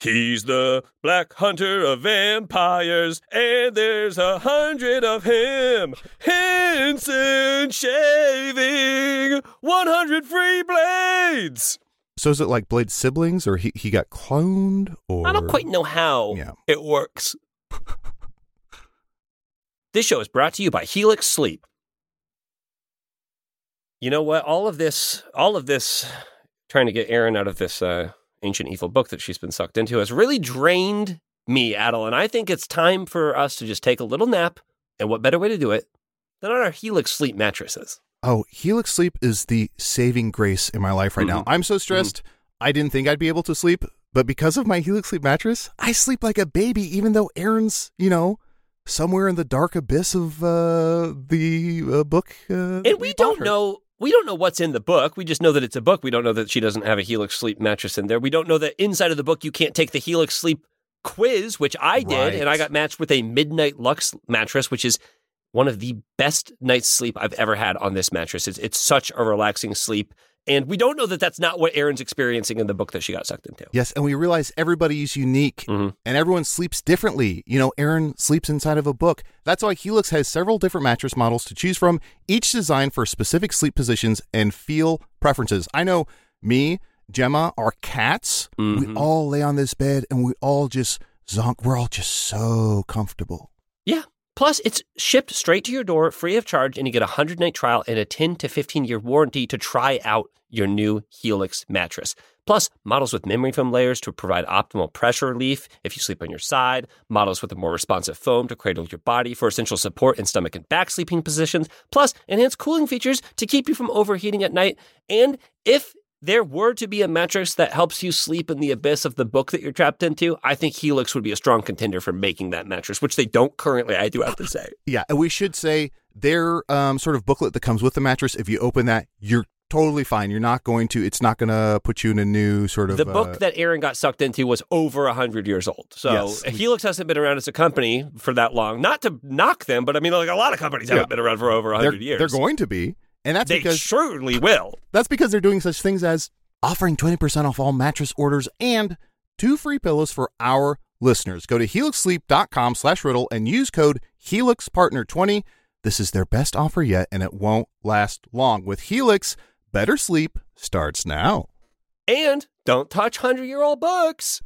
He's the black hunter of vampires, and there's a hundred of him. Henson shaving 100 free blades. So is it like Blade's siblings, or he, he got cloned, or I don't quite know how Yeah. it works. this show is brought to you by Helix Sleep. You know what? All of this, all of this, trying to get Aaron out of this uh, ancient evil book that she's been sucked into has really drained me, Adel. And I think it's time for us to just take a little nap. And what better way to do it than on our Helix Sleep mattresses? Oh, Helix Sleep is the saving grace in my life right now. Mhm. I'm so stressed. I didn't think I'd be able to sleep, but because of my Helix Sleep mattress, I sleep like a baby. Even though Aaron's, you know, somewhere in the dark abyss of uh, the uh, book, uh, that and we bought don't her. know we don't know what's in the book we just know that it's a book we don't know that she doesn't have a helix sleep mattress in there we don't know that inside of the book you can't take the helix sleep quiz which i did Right. and i got matched with a midnight lux mattress which is one of the best night's sleep i've ever had on this mattress it's, it's such a relaxing sleep and we don't know that that's not what erin's experiencing in the book that she got sucked into Yes, and we realize everybody's unique Mm-hmm. Mhm. and everyone sleeps differently. You know, Aaron sleeps inside of a book. That's why Helix has several different mattress models to choose from, each designed for specific sleep positions and feel preferences. I know me, Gemma, our cats, Mm-hmm. we all lay on this bed and we all just zonk. We're all just so comfortable. Yeah. Plus, it's shipped straight to your door free of charge, and you get a 100 night trial and a 10 to 15 year warranty to try out your new Helix mattress. Plus, models with memory foam layers to provide optimal pressure relief if you sleep on your side, models with a more responsive foam to cradle your body for essential support in stomach and back sleeping positions, plus, enhanced cooling features to keep you from overheating at night. And if there were to be a mattress that helps you sleep in the abyss of the book that you're trapped into, I think Helix would be a strong contender for making that mattress, which they don't currently, I do have to say. Yeah, and we should say their um, sort of booklet that comes with the mattress. If you open that, you're totally fine. You're not going to. It's not going to put you in a new sort of The uh, book that Aaron got sucked into was over 100 years old. So Yes. Helix hasn't been around as a company for that long. Not to knock them, but I mean, like a lot of companies Yeah. haven't been around for over 100 they're, years. they're going to be, and that's They because surely will. that's because they're doing such things as offering 20% off all mattress orders and two free pillows for our listeners. Go to helixsleep.com slash riddle and use code HelixPartner20. This is their best offer yet, and it won't last long. With Helix, better sleep starts now. And don't touch 100 year old books.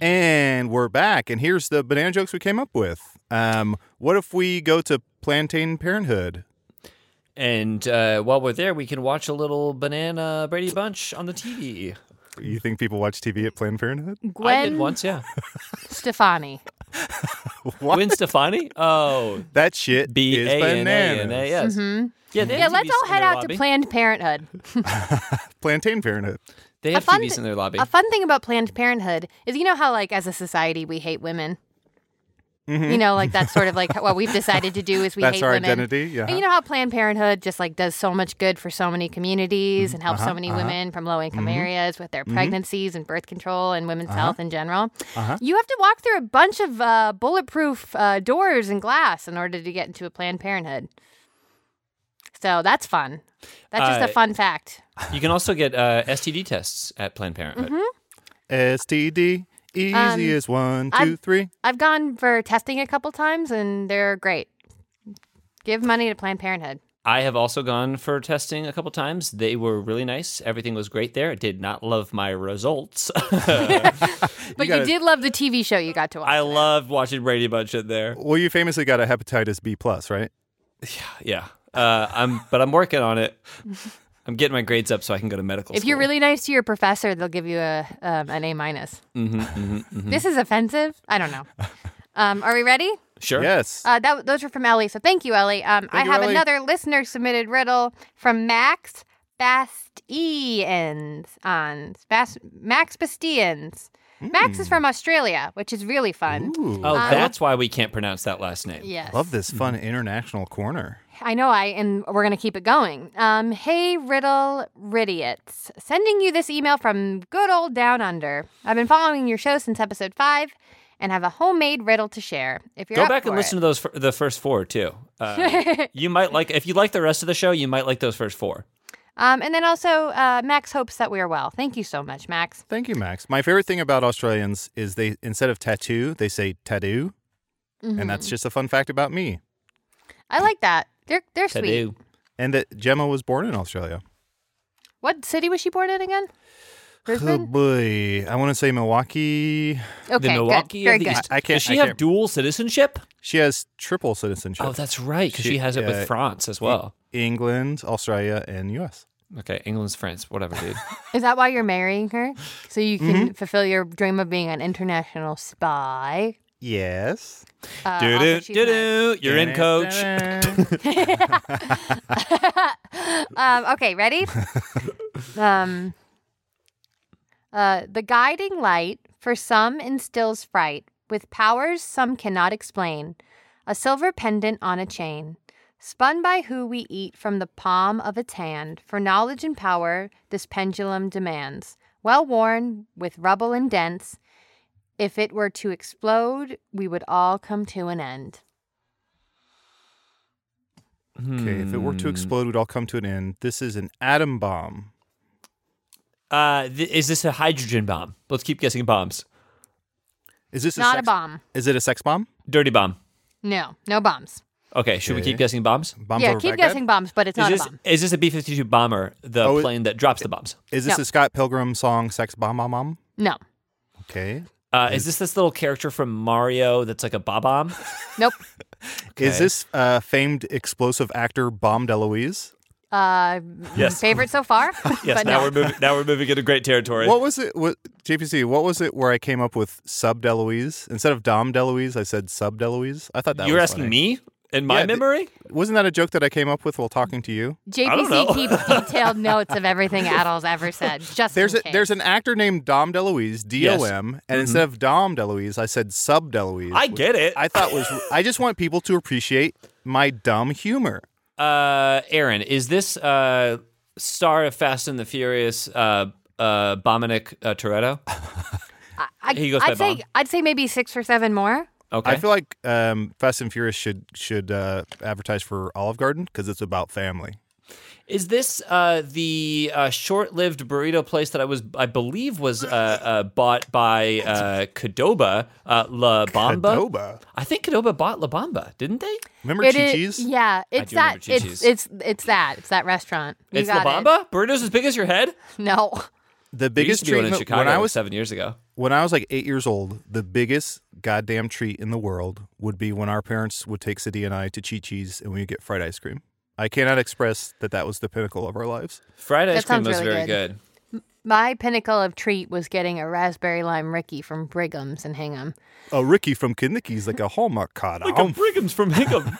And we're back, and here's the banana jokes we came up with. Um, what if we go to Plantain Parenthood? And uh, while we're there, we can watch a little banana Brady Bunch on the TV. You think people watch TV at Planned Parenthood? I Gwen did once, yeah. Stefani. What? Gwen Stefani? Oh, That shit B is A N A N bananas. A. Yes. Yeah, they Mm-hmm. Yeah, have let's TVs all in head their out lobby. to Planned Parenthood. Plantain Parenthood. They have fun TVs thi- in their lobby. A fun thing about Planned Parenthood is you know how like as a society we hate women. You know, like that's sort of like what we've decided to do is we Mm-hmm. That's hate our women. identity, yeah. And you know how Planned Parenthood just like does so much good for so many communities Mm-hmm. and helps Uh-huh, so many women from low income areas with their pregnancies and birth control and Uh-huh. women's health in general. You have to walk through a bunch of uh, bulletproof uh, doors and glass in order to get into a Planned Parenthood. So that's fun. That's just Uh, a fun fact. You can also get uh, STD tests at Planned Parenthood. Mm-hmm. STD. Easy Um, as one, two, I'm- three. I've gone for testing a couple times and they're great. Give money to Planned Parenthood. I have also gone for testing a couple times. They were really nice. Everything was great there. I did not love my results. But you, gotta- did love the TV show you got to watch. I love watching Brady Bunch in there. Well, you famously got a hepatitis B plus, right? Yeah. Uh, I'm, but I'm working on it. I'm getting my grades up so I can go to medical if school. you're really nice to your professor, they'll give you a um, an A minus. Mm-hmm, This is offensive. I don't know. Um, are we ready? sure. Yes. Uh, that, those are from Ellie. So thank you, Ellie. Um, I you, have Ellie. another listener submitted riddle from Max Bastians on Bas- Max Bastians. Max is from Australia, which is really fun. Hmm. Ooh, Oh, that's why we can't pronounce that last name. Yes. love Hmm. this fun international corner. I know I and we're gonna keep it going. Um, hey Riddle Ridiots. Sending you this email from good old down under. I've been following your show since episode five and have a homemade riddle to share. If you're Go up back and for listen to it. those fir- the first four too. Uh, you might like if you like the rest of the show, you might like those first four. um and then also uh, Max hopes that we are well. Thank you so much, Max. Thank you, Max. My favorite thing about Australians is they instead of tattoo, they say tattoo, and Mm-hmm. that's just a fun fact about me. I like that. They're they're To sweet. do. And that Gemma was born in Australia. What city was she born in again? Oh Brisbane? boy, I want to say Milwaukee. Okay, the Milwaukee good. Very of the good. East. I- I can't- Does she I have can't- dual citizenship? She has triple citizenship: Oh, that's right, because she, uh, She- has it yeah. with France as well. England, Australia, and U.S. Okay, England's France, whatever, dude. Is that why you're marrying her? So you can Mm-hmm. fulfill your dream of being an international spy. Yes. Uh, do also, do she's do nice. do. You're in, coach. um, okay, ready? um, uh, the guiding light for some instills fright with powers some cannot explain. A silver pendant on a chain, spun by who we eat from the palm of its hand. For knowledge and power, this pendulum demands. Well worn, with rubble and dents, if it were to explode, we would all come to an end. Okay, if it were to explode, we'd all come to an end. This is an atom bomb. Uh, th- is this a hydrogen bomb? Let's keep guessing bombs. Is this Not a, sex- a bomb. Is it a sex bomb? Dirty bomb. No, no bombs. Okay, should we Okay. keep guessing bombs? Bombs yeah, over keep Baghdad? guessing bombs, but it's Is not this a bomb. is this a B fifty two bomber, the Oh, it- plane that drops the bombs? Is this No. a Scott Pilgrim song, Sex Bomb Bomb Bomb? No. Okay. Uh, is this this little character from Mario that's like a bob bomb? Nope. Is this uh, famed explosive actor Bomb DeLuise? Uh, Yes. Favorite so far? Yes, but now no. we're moving. Now we're moving into great territory. What was it? What, JPC, what was it where I came up with Sub DeLuise? Instead of Dom DeLuise, I said Sub DeLuise. I thought that you were was asking funny. me? in my Yeah, the- memory. Wasn't that a joke that I came up with while talking to you? JPC keeps detailed notes of everything Adele's ever said. Just There's in a, case. there's an actor named Dom DeLuise, D O M, Mm-hmm. and instead of Dom DeLuise, I said Sub DeLuise. I which get it. I thought was I just want people to appreciate my dumb humor. Uh, Aaron, is this uh, star of Fast and the Furious uh, uh, Dominic uh, Toretto? I, he goes by I'd say Bond. I'd say maybe six or seven more. Okay. I feel like um, Fast and Furious should should uh, advertise for Olive Garden because it's about family. Is this uh, the uh, short-lived burrito place that I was, I believe, was uh, uh, bought by uh, Cadoba uh, La Bamba? Adoba. I think Cadoba bought La Bamba, didn't they? Remember It Chi is- Chi's? yeah, it's do remember that. It's Chi-Chi's. it's it's that. It's that restaurant. You it's La got it. Bamba. Burritos as big as your head. No, The There used to biggest be treat one in the- Chicago when I like, was seven years ago. when I was like eight years old, the biggest goddamn treat in the world would be when our parents would take Sadie and I to Chi Chi's and we would get fried ice cream. I cannot express that that was the pinnacle of our lives. Fried ice That cream sounds was very really good. good. my pinnacle of treat was getting a raspberry lime Ricky from Brigham's in Hingham. Oh, Ricky from Kinnicky's like a Hallmark card. Um, Brigham's from Hingham.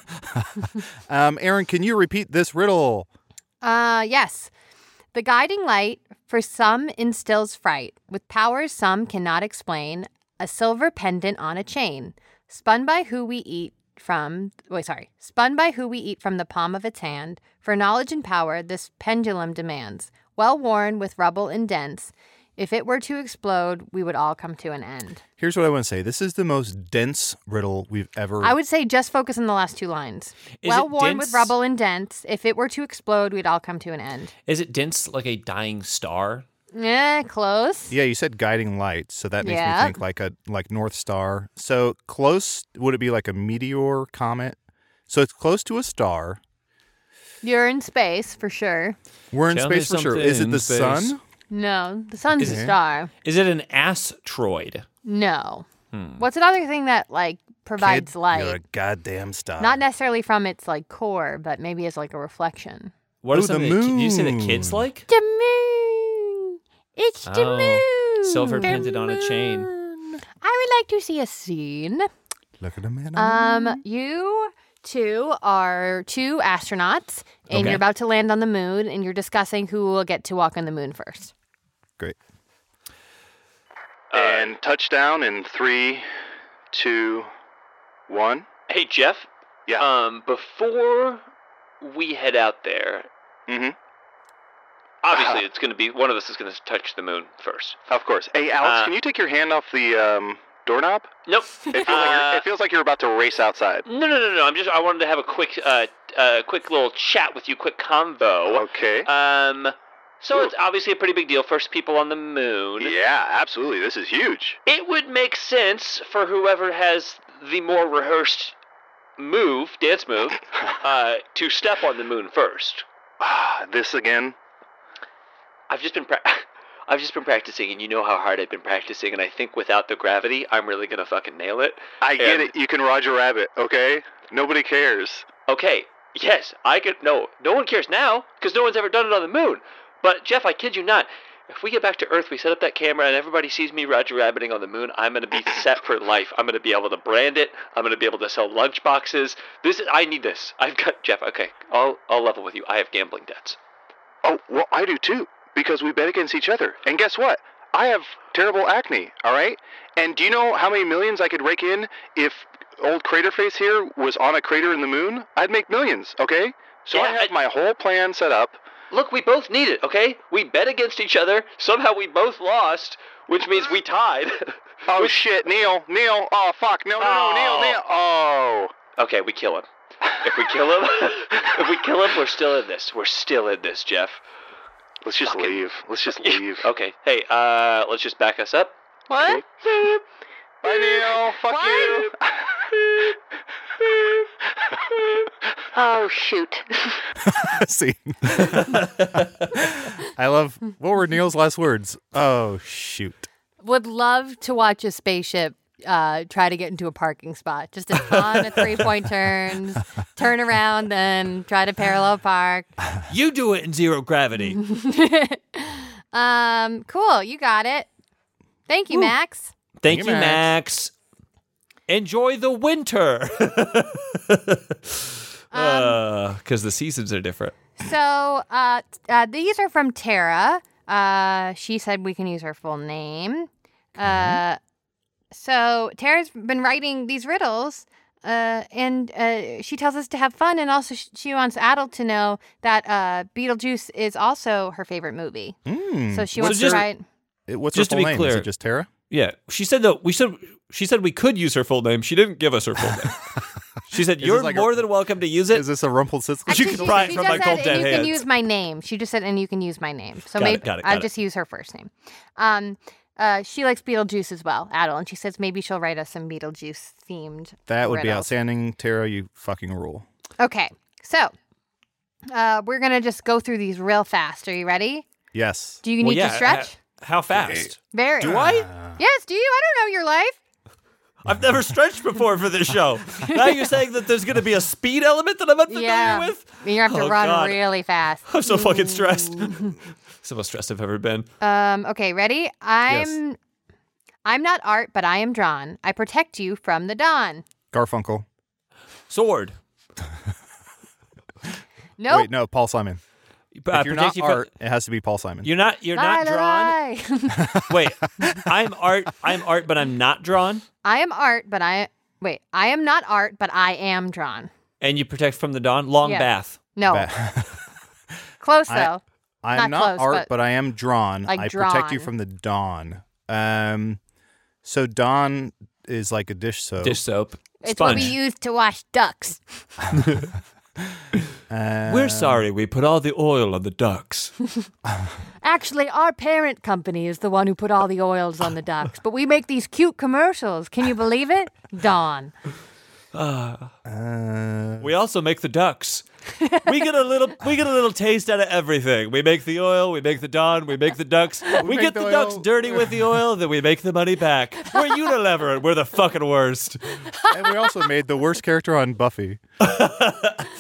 um, Aaron, can you repeat this riddle? Uh, yes. The guiding light for some instills fright, with powers some cannot explain, a silver pendant on a chain, spun by who we eat from, wait, sorry, spun by who we eat from the palm of its hand, for knowledge and power this pendulum demands, well worn with rubble and dents. If it were to explode, we would all come to an end. Here's what I want to say. This is the most dense riddle we've ever. I would say just focus on the last two lines. it well worn dense? with rubble and dents. If it were to explode, we'd all come to an end. Is it dense like a dying star? Eh, close. yeah, you said guiding light, so that makes Yeah. me think like a like North Star. So close would it be like a meteor comet? So it's close to a star. You're in space for sure. We're in Tell me space for sure. something Is it in the space. sun? No, the sun's a star. Is it an asteroid? No. Hmm. What's another thing that like provides Kid, You're a light? goddamn star. Not necessarily from its like core, but maybe as like a reflection. What Ooh, is the something that ki- you say that moon. kids like? The moon. It's the Oh, moon. silver pendant on a chain. I would like to see a scene. Look at the man. Um, you two are two astronauts, and Okay. you're about to land on the moon, and you're discussing who will get to walk on the moon first. Great. And touchdown in three, two, one. Hey Jeff. Yeah. Um, before we head out there, Mhm. obviously it's going to be one of us is going to touch the moon first. Of course. Hey, Alex, Uh, can you take your hand off the um, doorknob? Nope. It feels, like you're, Uh, it feels like you're about to race outside. no, no, no, no. I'm just I wanted to have a quick, uh, uh quick little chat with you, quick convo. Okay. Um, so Ooh. it's obviously a pretty big deal. First people on the moon. yeah, absolutely. This is huge. It would make sense for whoever has the more rehearsed move, dance move, uh, to step on the moon first. Ah, this again? I've just been pra- I've just been practicing, and you know how hard I've been practicing, and I think without the gravity, I'm really gonna fucking nail it. I get And- it. You can Roger Rabbit, okay? Nobody cares. Okay, yes, I could. No, no one cares now, because no one's ever done it on the moon. But Jeff, I kid you not. If we get back to Earth, we set up that camera, and everybody sees me Roger Rabbiting on the moon. I'm gonna be set for life. I'm gonna be able to brand it. I'm gonna be able to sell lunch boxes. This is. I need this. I've got Jeff. Okay, I'll I'll level with you. I have gambling debts. Oh, well, I do too, because we bet against each other. And guess what? I have terrible acne, all right? And do you know how many millions I could rake in if old Craterface here was on a crater in the moon? I'd make millions, okay? So I Yeah, have I- my whole plan set up. Look, we both need it, okay? We bet against each other. Somehow we both lost, which means we tied. Oh shit, Neil, Neil, oh fuck, no, no, no, Neil, Oh. Neil, oh. okay, we kill him. If we kill him, if we kill him, we're still in this. We're still in this, Jeff. Let's just leave. Let's just leave. Okay. Hey, uh, let's just back us up. What? Bye, Neil. Fuck you. Oh, shoot. scene. I love what were Neil's last words? Oh shoot. Would love to watch a spaceship uh, try to get into a parking spot. Just a ton of three point turns, turn around, then try to parallel park. you do it in zero gravity. Um, cool. You got it. Thank you, Max. Thank you, you, Max. enjoy the winter. Because Uh, the seasons are different. So uh, t- uh, these are from Tara. Uh, she said we can use her full name. Uh, so Tara's been writing these riddles. Uh, and uh, she tells us to have fun, and also sh- she wants Adel to know that uh, Beetlejuice is also her favorite movie. So she What's wants her- to write. It- What's Just her to full be name? Is clear. it just Tara? Yeah, she said though we should. She said we could use her full name. She didn't give us her full name. She said this you're like a- more than welcome to use it. Is this a Rumpelstiltskin? You Actually, can pry it she from just my cold said, dead and you can hands." use my name. She just said, and you can use my name. So Got it, maybe got it, got I'll it. just use her first name. Um, uh, she likes Beetlejuice as well, Adel, and she says maybe she'll write us some Beetlejuice themed. That would be outstanding. Tara, you fucking rule. Okay, so uh, we're gonna just go through these real fast. Are you ready? Yes. Do you need to stretch? How fast? uh, Very. Do I? Yes. Do you? I don't know your life. I've never stretched before for this show. Now you're saying that there's going to be a speed element that I'm unfamiliar yeah. with? You have to Oh, run God. really fast. I'm so fucking stressed. it's the most stressed I've ever been. Um, okay, ready? I'm I'm not art, but I am drawn. I protect you from the dawn. Garfunkel. Sword. Nope. Wait, no, Paul Simon. Uh, if you're not protect you from- art, it has to be Paul Simon. You're not. You're Lie, not lie, drawn. lie. Wait, I'm art. I'm art, but I'm not drawn. I am art, but I wait, I am not art, but I am drawn. And you protect from the dawn. Long Yeah. bath. No. Ba- Close I- though. I'm not, Not close, art, but- but, I am drawn. Like I protect you drawn. from the dawn. Um, so dawn is like a dish soap. Dish soap. It's what Sponge. we use to wash ducks. We're sorry. We put all the oil on the ducks. Actually, our parent company is the one who put all the oils on the ducks, but we make these cute commercials. Can you believe it? Dawn. we also make the ducks. we get a little. We get a little taste out of everything. We make the oil. We make the dawn. We make the ducks. We, make get the the, ducks oil. dirty with the oil. Then we make the money back. We're Unilever, and we're the fucking worst. and we also made the worst character on Buffy.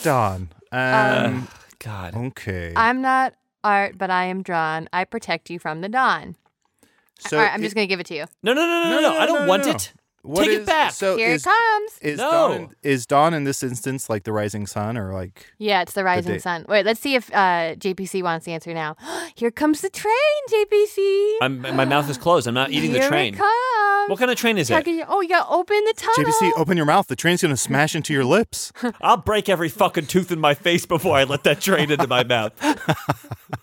dawn. Uh. Um, God. okay. I'm not art, but I am drawn. I protect you from the dawn. so All right, I'm i- just going to give it to you. No, no, no, no, no. no, I don't want no. it. What Take it is- back. So Here is, it comes. Is No. dawn in, is dawn in this instance like the rising sun or like Yeah, it's the rising date. sun. Wait, let's see if uh, JPC wants the answer now. Here comes the train, JPC. I'm, my mouth is closed. I'm not eating Here the train. It comes. What kind of train is How it? can you- oh, you got to open the tunnel. JPC? Open your mouth. The train's gonna smash into your lips. I'll break every fucking tooth in my face before I let that train into my mouth.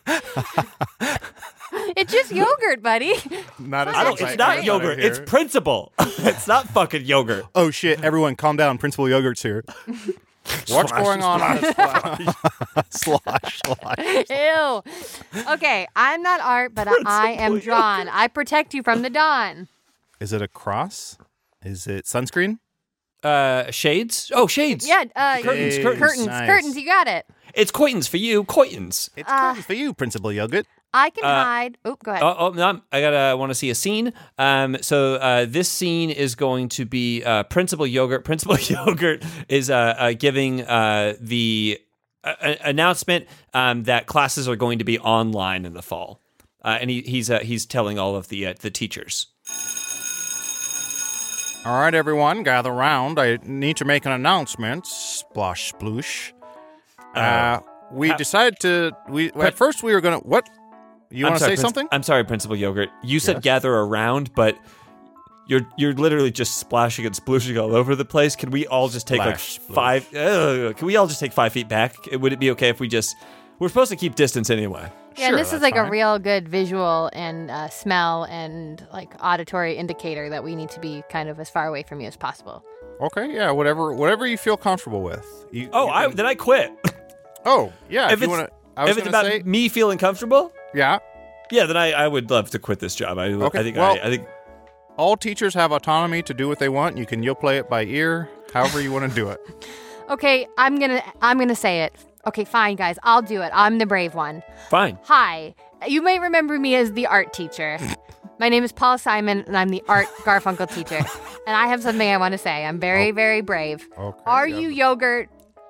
oh. It's just yogurt, buddy. Not as I don't, exciting it's as not I yogurt. hear. It's principle. it's not fucking yogurt. Oh shit! Everyone, calm down. Principal Yogurt's here. What's going on? on this fly- slosh, slosh. Ew. Okay, I'm not art, but I am drawn. I protect you from the dawn. Is it a cross? Is it sunscreen? Uh, shades? Oh, shades. Yeah, uh, Curtains, Hey, curtains. curtains, nice. curtains. You got it. It's coitins for you. Coitins. It's Ah. curtains for you, Principal Yogurt. I can hide. Oh, go ahead. Oh, oh no, I'm- I gotta want to see a scene. Um, so uh, this scene is going to be uh, Principal Yogurt. Principal Yogurt is uh, uh, giving uh, the uh, uh, announcement um, that classes are going to be online in the fall, uh, and he, he's uh, he's telling all of the uh, the teachers. All right, everyone, gather round. I need to make an announcement. Splosh, sploosh. Uh, we decided to. We at first we were gonna. What? You I'm want to sorry, say Princ- something? I'm sorry, Principal Yogurt. You said gather around, but. You're, you're literally just splashing and splooshing all over the place. Can we all just take Splash, like five? Ugh, can we all just take five feet back? Would it be okay if we just? We're supposed to keep distance anyway. yeah, and sure, this is that's like a fine. real good visual and uh, smell and like auditory indicator that we need to be kind of as far away from you as possible. okay, yeah, whatever, whatever you feel comfortable with. You, Oh, you I can- then I quit. oh, yeah. If, if you it's want to, I was if it's gonna about say, me feeling comfortable, yeah. yeah, then I, I would love to quit this job. I, Okay, I think well- I, I think All teachers have autonomy to do what they want. You can you'll play it by ear, however you want to do it. Okay, I'm gonna I'm gonna say it. Okay, fine, guys, I'll do it. I'm the brave one. fine. Hi, you may remember me as the art teacher. My name is Paul Simon, and I'm the art Garfunkel teacher. And I have something I want to say. I'm very, very brave. Okay, Are yeah. you um, yogurt?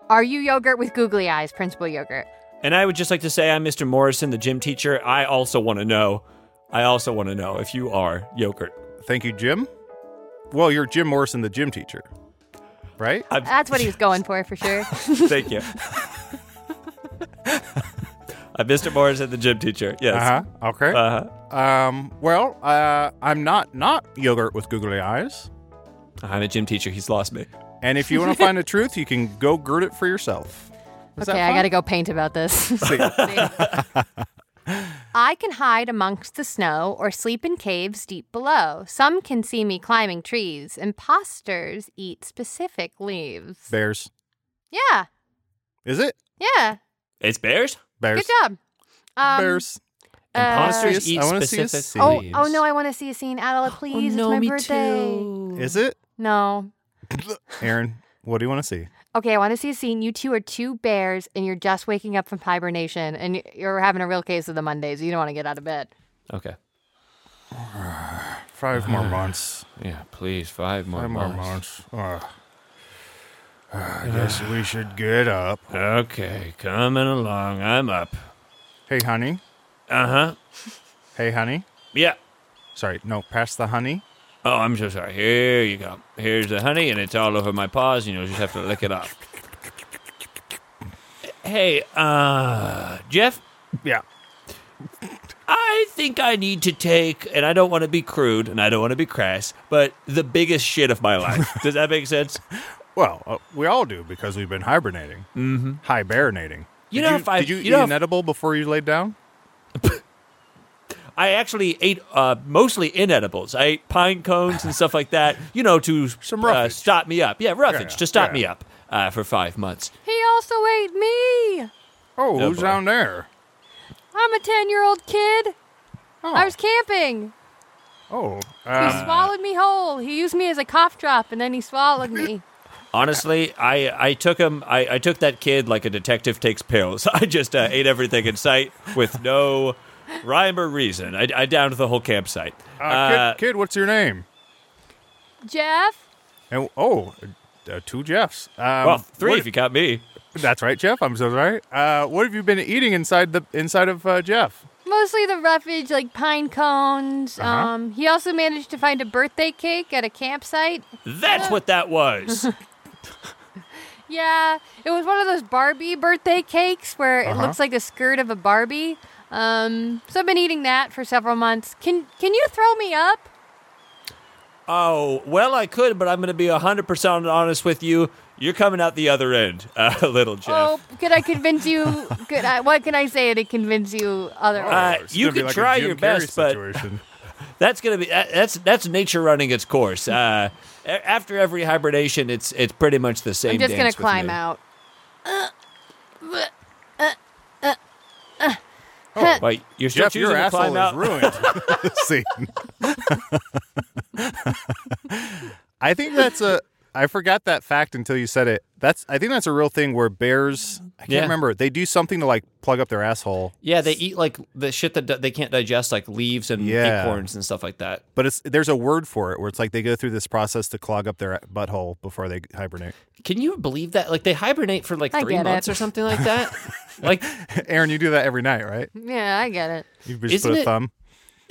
Are you yogurt with googly eyes, Principal Yogurt? And I would just like to say I'm Mr. Morrison, the gym teacher. I also want to know. I also want to know if you are yogurt. Thank you, Jim. Well, you're Jim Morrison, the gym teacher, right? That's what he was going for, for sure. Thank you. I Mr. Morris at the gym teacher. Yes. Uh-huh. Okay. Uh-huh. Um, well, uh, I'm not not yogurt with googly eyes. I'm a gym teacher. He's lost me. And if you want to find the truth, you can go gird it for yourself. Is that okay, I fun? got to go paint about this. See? I can hide amongst the snow or sleep in caves deep below. Some can see me climbing trees. Imposters eat specific leaves. Bears. Yeah, Is it? yeah. It's bears? Bears. Good job. Um, Bears. uh, Imposters eat I wanna see a specific scene. Oh, oh no! I want to see a scene, Oh, Adela. Please, no, it's my me birthday. Oh. Is it? No. Aaron, what do you want to see? Okay, I want to see a scene. You two are two bears, and you're just waking up from hibernation, and y- you're having a real case of the Mondays. You don't want to get out of bed. Okay. Five more months. Yeah, please. Five more. Five more miles. months. Ugh. I guess we should get up. Okay, coming along. I'm up. Hey, honey. Uh huh. Hey, honey. Yeah. Sorry, no, pass the honey. Oh, I'm so sorry. Here you go. Here's the honey, and it's all over my paws, and you'll just have to lick it off. Hey, uh, Jeff, Yeah. I think I need to take, and I don't want to be crude and I don't want to be crass, but the biggest shit of my life. Does that make sense? Well, uh, we all do because we've been hibernating. Mm-hmm. Hibernating. You did know you, if I- did you, you eat know an if- edible before you laid down? I actually ate uh, mostly inedibles. I ate pine cones and stuff like that, you know, to Some uh, roughage. stop me up. Yeah, roughage yeah, to stop yeah. me up uh, for five months. He also ate me. Oh, Oh, who's boy. down there? I'm a ten-year-old kid. Oh, I was camping. oh, He um, swallowed me whole. He used me as a cough drop, and then he swallowed me. Honestly, I, I took him. I, I took that kid like a detective takes pills. I just uh, ate everything in sight with no rhyme or reason. I, I downed the whole campsite. uh, kid, kid, what's your name? Jeff, And oh, uh, two Jeffs. Um, well, three what- if you got me. That's right, Jeff. I'm so sorry. Uh, what have you been eating inside the inside of uh, Jeff? mostly the roughage, like pine cones. Uh-huh. Um, he also managed to find a birthday cake at a campsite. That's what that was. Yeah, it was one of those Barbie birthday cakes where Uh-huh. it looks like the skirt of a Barbie. Um, so I've been eating that for several months. Can can you throw me up? oh, well, I could, but I'm going to be 100% honest with you. You're coming out the other end, uh, little Jeff. Oh, could I convince you? Could I, what can I say to convince you otherwise? Uh, It's you gonna be could like a try Jim your Carrey best, but- situation. That's gonna be that- that's that's nature running its course. Uh, a- after every hibernation, it's it's pretty much the same. I'm just gonna dance with climb me. out. Wait, you're still Jeff, choosing your to asshole climb is out. ruined. See, I think that's a. I forgot that fact until you said it. That's. I think that's a real thing where bears. I can't Yeah. remember. They do something to like plug up their asshole, Yeah, they eat like the shit that d- they can't digest, like leaves and Yeah. acorns and stuff like that. but it's there's a word for it where it's like they go through this process to clog up their butthole before they hibernate. Can you believe that? Like they hibernate for like I three get months it. or something like that. like Aaron, you do that every night, right? Yeah, I get it. You just Isn't put a it- thumb.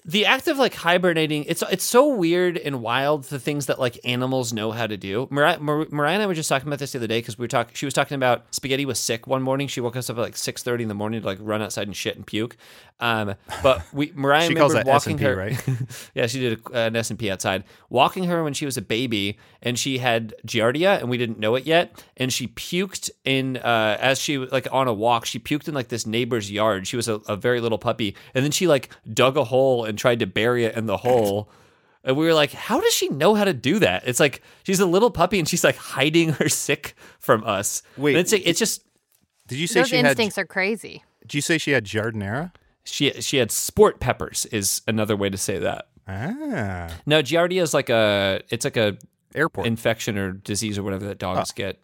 the act of like hibernating, it's it's so weird and wild the things that like animals know how to do. Mariah, Mar- Mariah and I were just talking about this the other day because we were talking. She was talking about spaghetti was sick one morning. She woke us up at like six thirty in the morning to like run outside and shit and puke. Um, but we Mariah She calls remembered that walking S&P, her right? yeah, she did a, an S and P outside. Walking her when she was a baby, and she had giardia, and we didn't know it yet. And she puked in uh, as she was, like on a walk. She puked in like this neighbor's yard. She was a, a very little puppy, and then she like dug a hole and tried to bury it in the hole. And we were like, "How does she know how to do that?" It's like she's a little puppy, and she's like hiding her sick from us. Wait. And it's, it's just Did you say Those she instincts had? are crazy. Did you say she had jardinera? she she had sport peppers is another way to say that. Ah, Now giardia is like a it's like a airport. infection or disease or whatever that dogs get.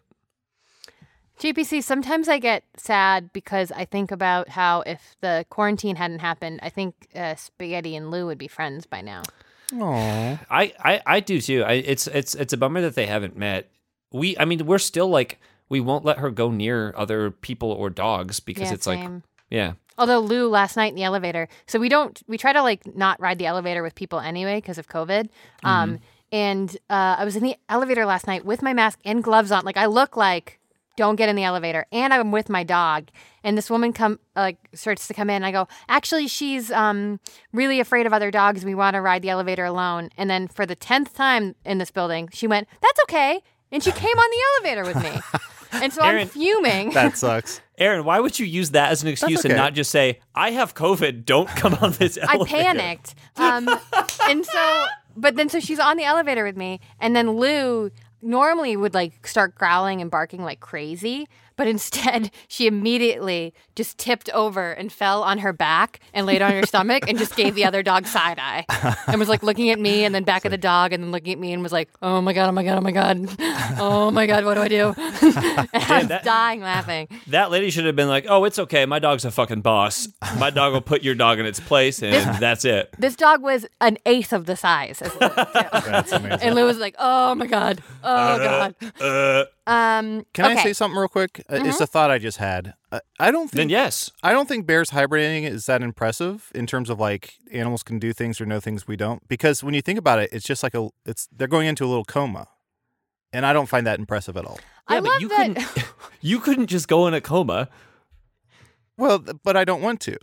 GPC, sometimes I get sad because I think about how if the quarantine hadn't happened, I think uh, Spaghetti and Lou would be friends by now. Aw. I, I, I do too. I, it's it's it's a bummer that they haven't met. We I mean we're still like we won't let her go near other people or dogs because Yeah, it's like same. yeah Although Lou last night in the elevator, so we don't we try to like not ride the elevator with people anyway because of COVID. Um, And uh, I was in the elevator last night with my mask and gloves on. Like I look like don't get in the elevator. And I'm with my dog. And this woman come like starts to come in. I go, actually, she's um, really afraid of other dogs. We want to ride the elevator alone. And then for the tenth time in this building, she went, "That's okay." And she came on the elevator with me. And so I'm Erin, fuming. sucks. Aaron, why would you use that as an excuse and okay. not just say, I have COVID, don't come on this I elevator? panicked. Um, and so, but then, so she's on the elevator with me, and then Lou normally would like start growling and barking like crazy, but instead she immediately just tipped over and fell on her back and laid on her stomach and just gave the other dog side eye and was like looking at me and then back at the dog and then looking at me and was like, oh my God, oh my God, oh my God, oh my God, what do I do? and I was dying laughing. That lady should have been like, oh, it's okay. My dog's a fucking boss. My dog will put your dog in its place, and that's it. This dog was an eighth of the size. as Lou- That's amazing. And Lou was like, oh my God, oh Uh, God. Um, Can I okay. say something real quick? Uh It's a thought I just had. Uh, I don't think. Then yes. I don't think bears hibernating is that impressive in terms of like animals can do things or know things we don't. Because when you think about it, it's just like a. It's they're going into a little coma, and I don't find that impressive at all. I love you that. couldn't you couldn't just go in a coma. Well, th- but I don't want to.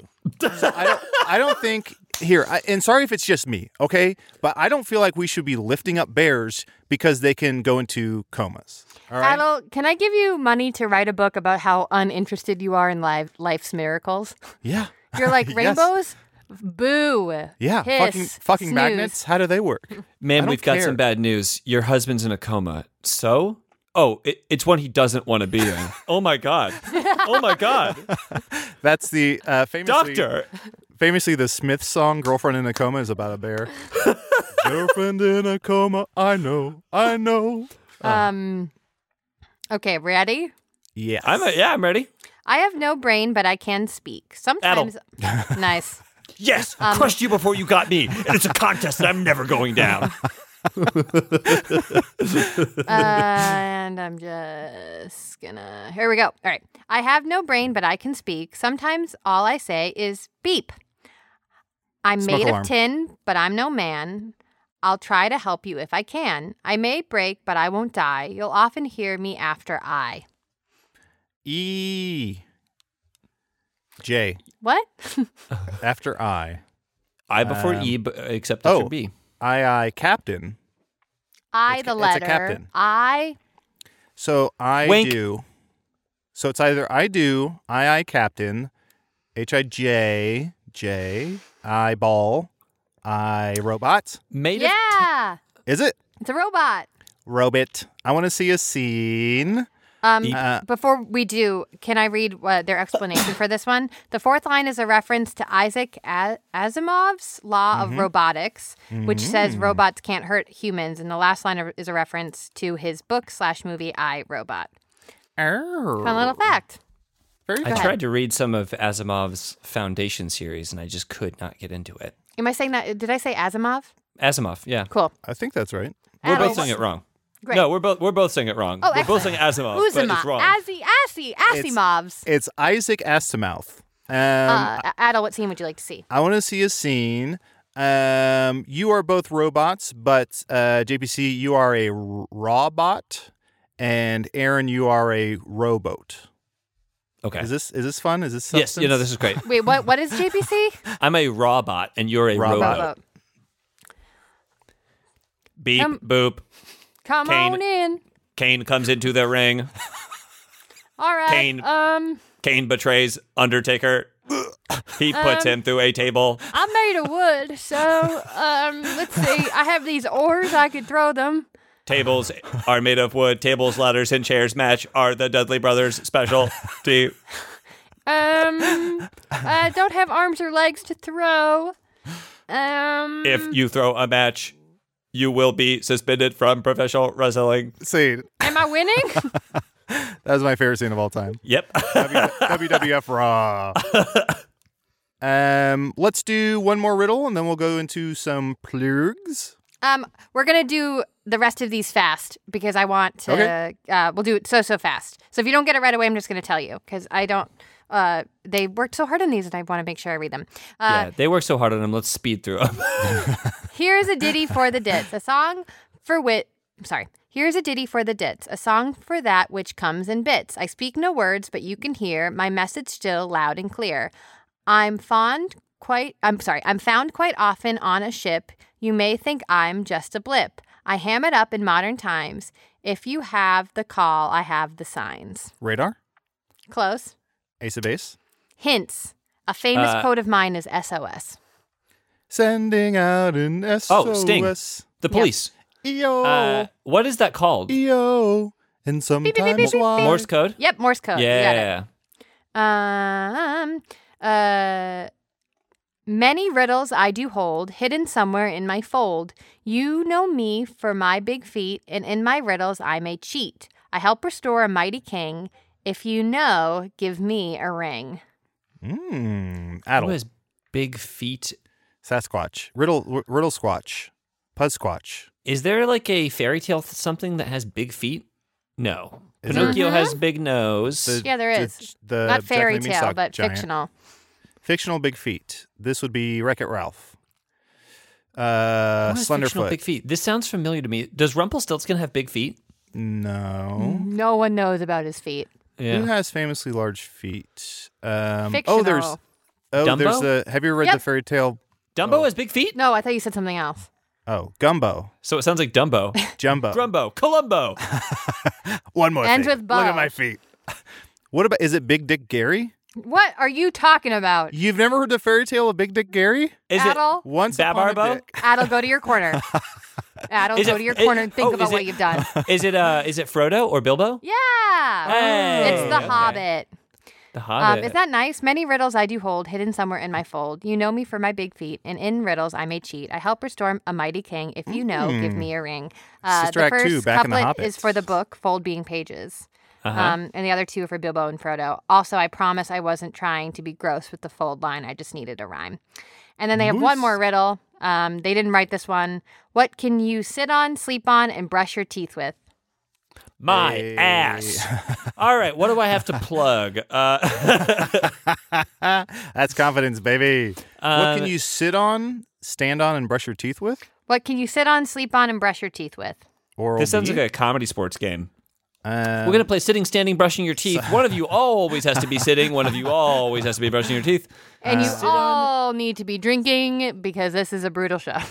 So I don't. I don't think here. I, and sorry if it's just me, okay? But I don't feel like we should be lifting up bears because they can go into comas. All right. Adel, can I give you money to write a book about how uninterested you are in life, life's miracles? yeah. You're like Yes. rainbows, boo. Yeah. hiss, fucking fucking snooze." magnets. How do they work? I Man, don't we've got care. some bad news. Your husband's in a coma. So? Oh, it, it's one he doesn't want to be in. oh my God. Oh my God. That's the uh, famously, Doctor. Famously, the Smith song "Girlfriend in a Coma" is about a bear. Girlfriend in a coma. I know. I know. Um, okay, ready? Yes. I'm a, yeah, I'm ready. I have no brain, but I can speak. Sometimes. nice. Yes, crushed you before you got me. And it's a contest that I'm never going down. Uh, and I'm just gonna. Here we go. All right. I have no brain, but I can speak. Sometimes all I say is beep. I'm Smoke made alarm. of tin, but I'm no man. I'll try to help you if I can. I may break, but I won't die. You'll often hear me after I. E. J. What? After I. I before Um, E, but, uh, except after Oh. B. I. I. Captain. I, It's ca- it's the a letter. captain. I. So I Wink. do. So it's either I do, I I captain, H I J J I ball, I robot. Made of- Yeah. Is it It's a robot. robot? I want to see a scene. Um, Uh, Before we do, can I read uh, their explanation for this one? The fourth line is a reference to Isaac A- Asimov's Law of Robotics, which says robots can't hurt humans, and the last line are- is a reference to his book slash movie I Robot. Fun little fact. Very I good. tried to read some of Asimov's Foundation series, and I just could not get into it. Am I saying that? Did I say Asimov? Asimov, yeah. Cool. I think that's right. Uh, We're Adam, both saying it wrong. Great. No, we're both we're both saying it wrong. Oh, we're both excellent. saying Asimov, but Uzumov, it's wrong. Asi, Asi, Asimov's. It's Isaac Astomouth. Um, uh, Adel, what scene would you like to see? I want to see a scene. Um, you are both robots, but uh, JPC, you are a r- robot, and Aaron, you are a rowboat. okay. Is this is this fun? Is this yes, you know substance? this is great. Wait, what? What is JPC? I'm a robot, and you're a Robot. robot. Robot. Beep Um, boop. Come Kane. on in. Kane comes into the ring. All right. Kane. Um. Kane betrays Undertaker. He puts him through a table. I'm made of wood, so um, let's see. I have these oars. I could throw them. Tables are made of wood. Tables, ladders, and chairs match are the Dudley Brothers specialty. Um, I don't have arms or legs to throw. Um, if you throw a match, you will be suspended from professional wrestling. scene. am I winning? That was my favorite scene of all time. Yep. W- WWF Raw. um, let's do one more riddle, and then we'll go into some plugs. um, we're gonna do the rest of these fast because I want to. Okay. Uh, we'll do it so so fast. So if you don't get it right away, I'm just gonna tell you because I don't. Uh, they worked so hard on these, and I want to make sure I read them. Uh, yeah, they work so hard on them. Let's speed through them. Here's a ditty for the dits, a song for wit. I'm sorry. Here's a ditty for the dits, a song for that which comes in bits. I speak no words, but you can hear my message still loud and clear. I'm fond quite. I'm sorry. I'm found quite often on a ship. You may think I'm just a blip. I ham it up in modern times. If you have the call, I have the signs. Radar, Close. Ace of Base, Hints. A famous Uh, quote of mine is SOS. sending out an SOS. Oh, Sting. The police. EO. Uh, what is that called? EO. E And sometimes why. Morse code? Yep, Morse code. You got it. Yeah. Um, uh, many riddles I do hold, hidden somewhere in my fold. You know me for my big feet, and in my riddles I may cheat. I help restore a mighty king. If you know, give me a ring. Mm, Addle. Who has big feet? Sasquatch. Riddle, r- riddle squatch. Puzz squatch. Is there like a fairy tale th- something that has big feet? No. Is there- Pinocchio has big nose. The- Uh-huh. Yeah, there the- is. the Not Jack fairy Lemon tale, Uh, sock but giant. fictional. Fictional big feet. This would be Wreck It Ralph. Uh, Who has fictional Slenderfoot. Big feet. This sounds familiar to me. Does Rumpelstiltskin have big feet? No. No one knows about his feet. Who has famously large feet? Um, Oh, there's. Fictional. Oh, there's Dumbo? the. Have you ever read the Yep. fairy tale? Dumbo has big feet? No, I thought you said something else. Oh, Gumbo. So it sounds like Dumbo. Jumbo. Grumbo. Columbo. One more Ends thing. with Look Bo. at my feet. What about is it Big Dick Gary? What are you talking about? You've never heard the fairy tale of Big Dick Gary? Is it Addle, Once upon a Babarbo? dick. Addle, go to your corner. Addle, Is go it- to your it- corner and think oh, about is what it- you've done. Is it uh is it Frodo or Bilbo? Yeah. Hey, it's The okay. Hobbit. The Um, Hobbit. is that nice? Many riddles I do hold, hidden somewhere in my fold. You know me for my big feet, and in riddles I may cheat. I help restore a mighty king. If you know, give me a ring. Mm. Uh, Sister the Act first two, Back in the couplet is Hobbits. Uh-huh. for the book, fold being pages. Um, and the other two are for Bilbo and Frodo. Also, I promise I wasn't trying to be gross with the fold line. I just needed a rhyme. And then they have one more riddle. Um, they didn't write this one. What can you sit on, sleep on, and brush your teeth with? My ass. All right, what do I have to plug? Uh, That's confidence, baby. what can Um, you sit on, stand on, and brush your teeth with? What can you sit on, sleep on, and brush your teeth with? Or this sounds like a comedy sports game. Um, We're gonna play sitting, standing, brushing your teeth. One of you always has to be sitting. One of you always has to be brushing your teeth. And you all need to be drinking because this is a brutal show.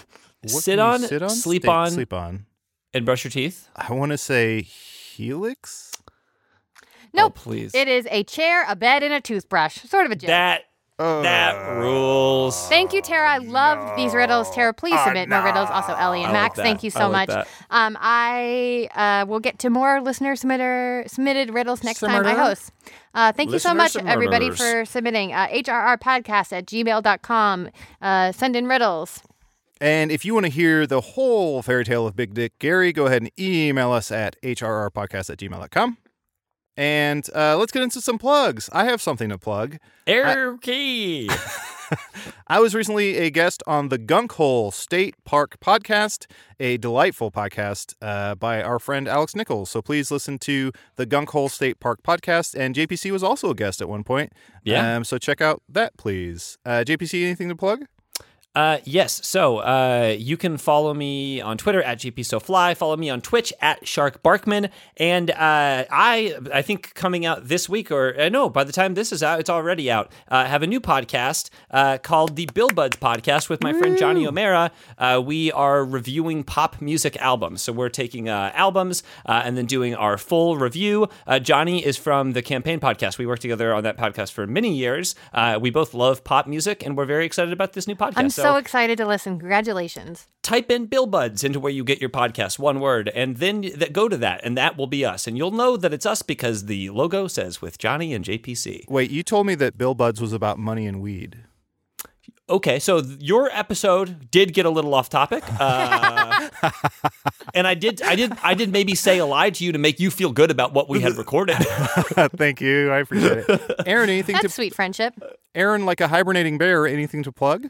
Oh, what can sit you on, sleep sta- on. sleep on. And brush your teeth. I want to say helix. Nope. Oh, please. It is a chair, a bed, and a toothbrush. Sort of a joke. That that rules. Thank you, Tara. I love these riddles. Tara, please submit more riddles. Also, Ellie Ah, and I like Max, that. thank you so I like much. that. Um, I uh, will get to more listener submitter submitted riddles next time I Submitter? host. Uh, thank you so Listener much, everybody, submitters. for submitting. Uh, HRRpodcast at gmail.com. Uh, send in riddles. And if you want to hear the whole fairy tale of Big Dick Gary, go ahead and email us at hrrpodcast at gmail.com. And uh, let's get into some plugs. I have something to plug. Air key. I was recently a guest on the Gunk Hole State Park podcast, a delightful podcast uh, by our friend Alex Nichols. So please listen to the Gunk Hole State Park podcast. And JPC was also a guest at one point. Yeah. Um, so check out that, please. Uh, JPC, anything to plug? Uh, yes. So uh, you can follow me on Twitter at GPSoFly. Follow me on Twitch at Shark Barkman. And uh, I, I think coming out this week, or uh, no, by the time this is out, it's already out. Uh, I have a new podcast uh, called the Bill Buds Podcast with my friend Johnny O'Mara. Uh, we are reviewing pop music albums. So we're taking uh, albums uh, and then doing our full review. Uh, Johnny is from the Campaign Podcast. We worked together on that podcast for many years. Uh, we both love pop music, and we're very excited about this new podcast I'm so excited to listen. Congratulations. type in Bill Buds into where you get your podcast, one word, and then th- go to that, and that will be us. And you'll know that it's us because the logo says with Johnny and JPC. Wait, you told me that Bill Buds was about money and weed. Okay, so th- your episode did get a little off topic, uh, and I did, I did, I did maybe say a lie to you to make you feel good about what we had recorded. Uh, Thank you. I appreciate it. Aaron, anything That's to sweet friendship. Aaron like a hibernating bear, anything to plug?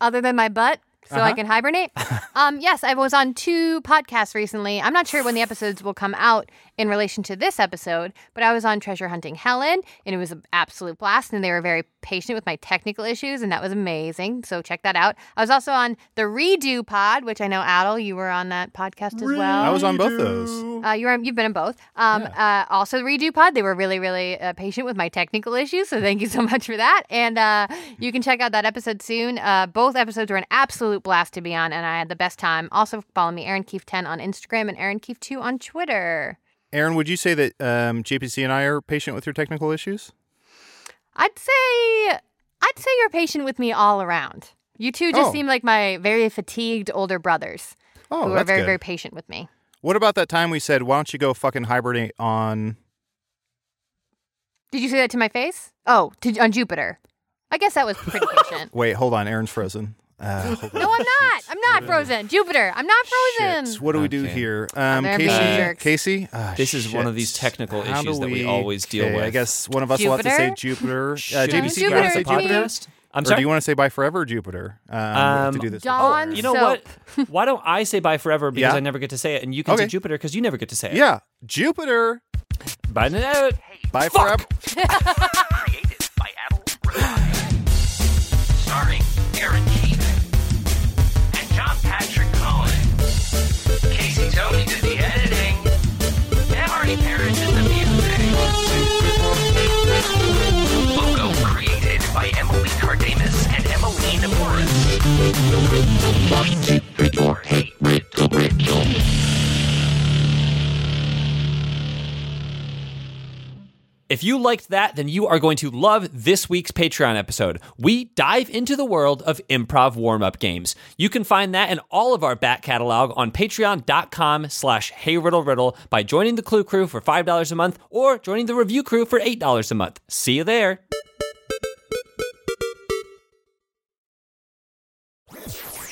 other than my butt so I can hibernate. um, yes, I was on two podcasts recently. I'm not sure when the episodes will come out in relation to this episode, but I was on Treasure Hunting Helen, and it was an absolute blast. And they were very patient with my technical issues, and that was amazing. So check that out. I was also on the Redo Pod, which I know, Adel, you were on that podcast as well. I was on both those. Uh, you're on, you've been in both. Um, uh, also, the Redo Pod. They were really, really uh, patient with my technical issues, so thank you so much for that. And uh, you can check out that episode soon. Uh, both episodes were an absolute blast to be on, and I had the best time. Also, follow me, Aaron Keefe ten on Instagram and Aaron Keefe two on Twitter. Aaron, would you say that um, JPC and I are patient with your technical issues? I'd say, I'd say you're patient with me all around. You two just Oh. seem like my very fatigued older brothers, Oh, who are that's very, good. very patient with me. What about that time we said, why don't you go fucking hibernate on. Did you say that to my face? Oh, to, on Jupiter. I guess that was pretty patient. Wait, hold on. Aaron's frozen. Uh, hold on. No, I'm not. I'm not frozen. Jupiter, I'm not frozen. So what do we do Okay. here? Um, they're being Casey? jerks. Casey? Ah, This is one of shit. these technical How issues do that we always deal okay, I with. guess one of us will have to say Jupiter. Uh, Should we JPC, do you Jupiter, want to say it's me. Jupiter? Or I'm do sorry. you want to say bye forever or Jupiter? Um, we have to Um, do this. Dawn before. You know soap. what? Why don't I say bye forever because Yeah. I never get to say it, and you can say Okay. Jupiter because you never get to say it. Yeah. Jupiter. Bye now. Bye forever. Created by Adel Rodan. Starring Aaron Keith and John Patrick Cohen. Casey Tony did the editing. And Marty Parrish did the music. Logo created by Emily Cardamus and Emmeline Morris. If you liked that, then you are going to love this week's Patreon episode. We dive into the world of improv warm-up games. You can find that and all of our back catalog on patreon.com slash heyriddleriddle by joining the Clue Crew for $5 a month or joining the Review Crew for $8 a month. See you there.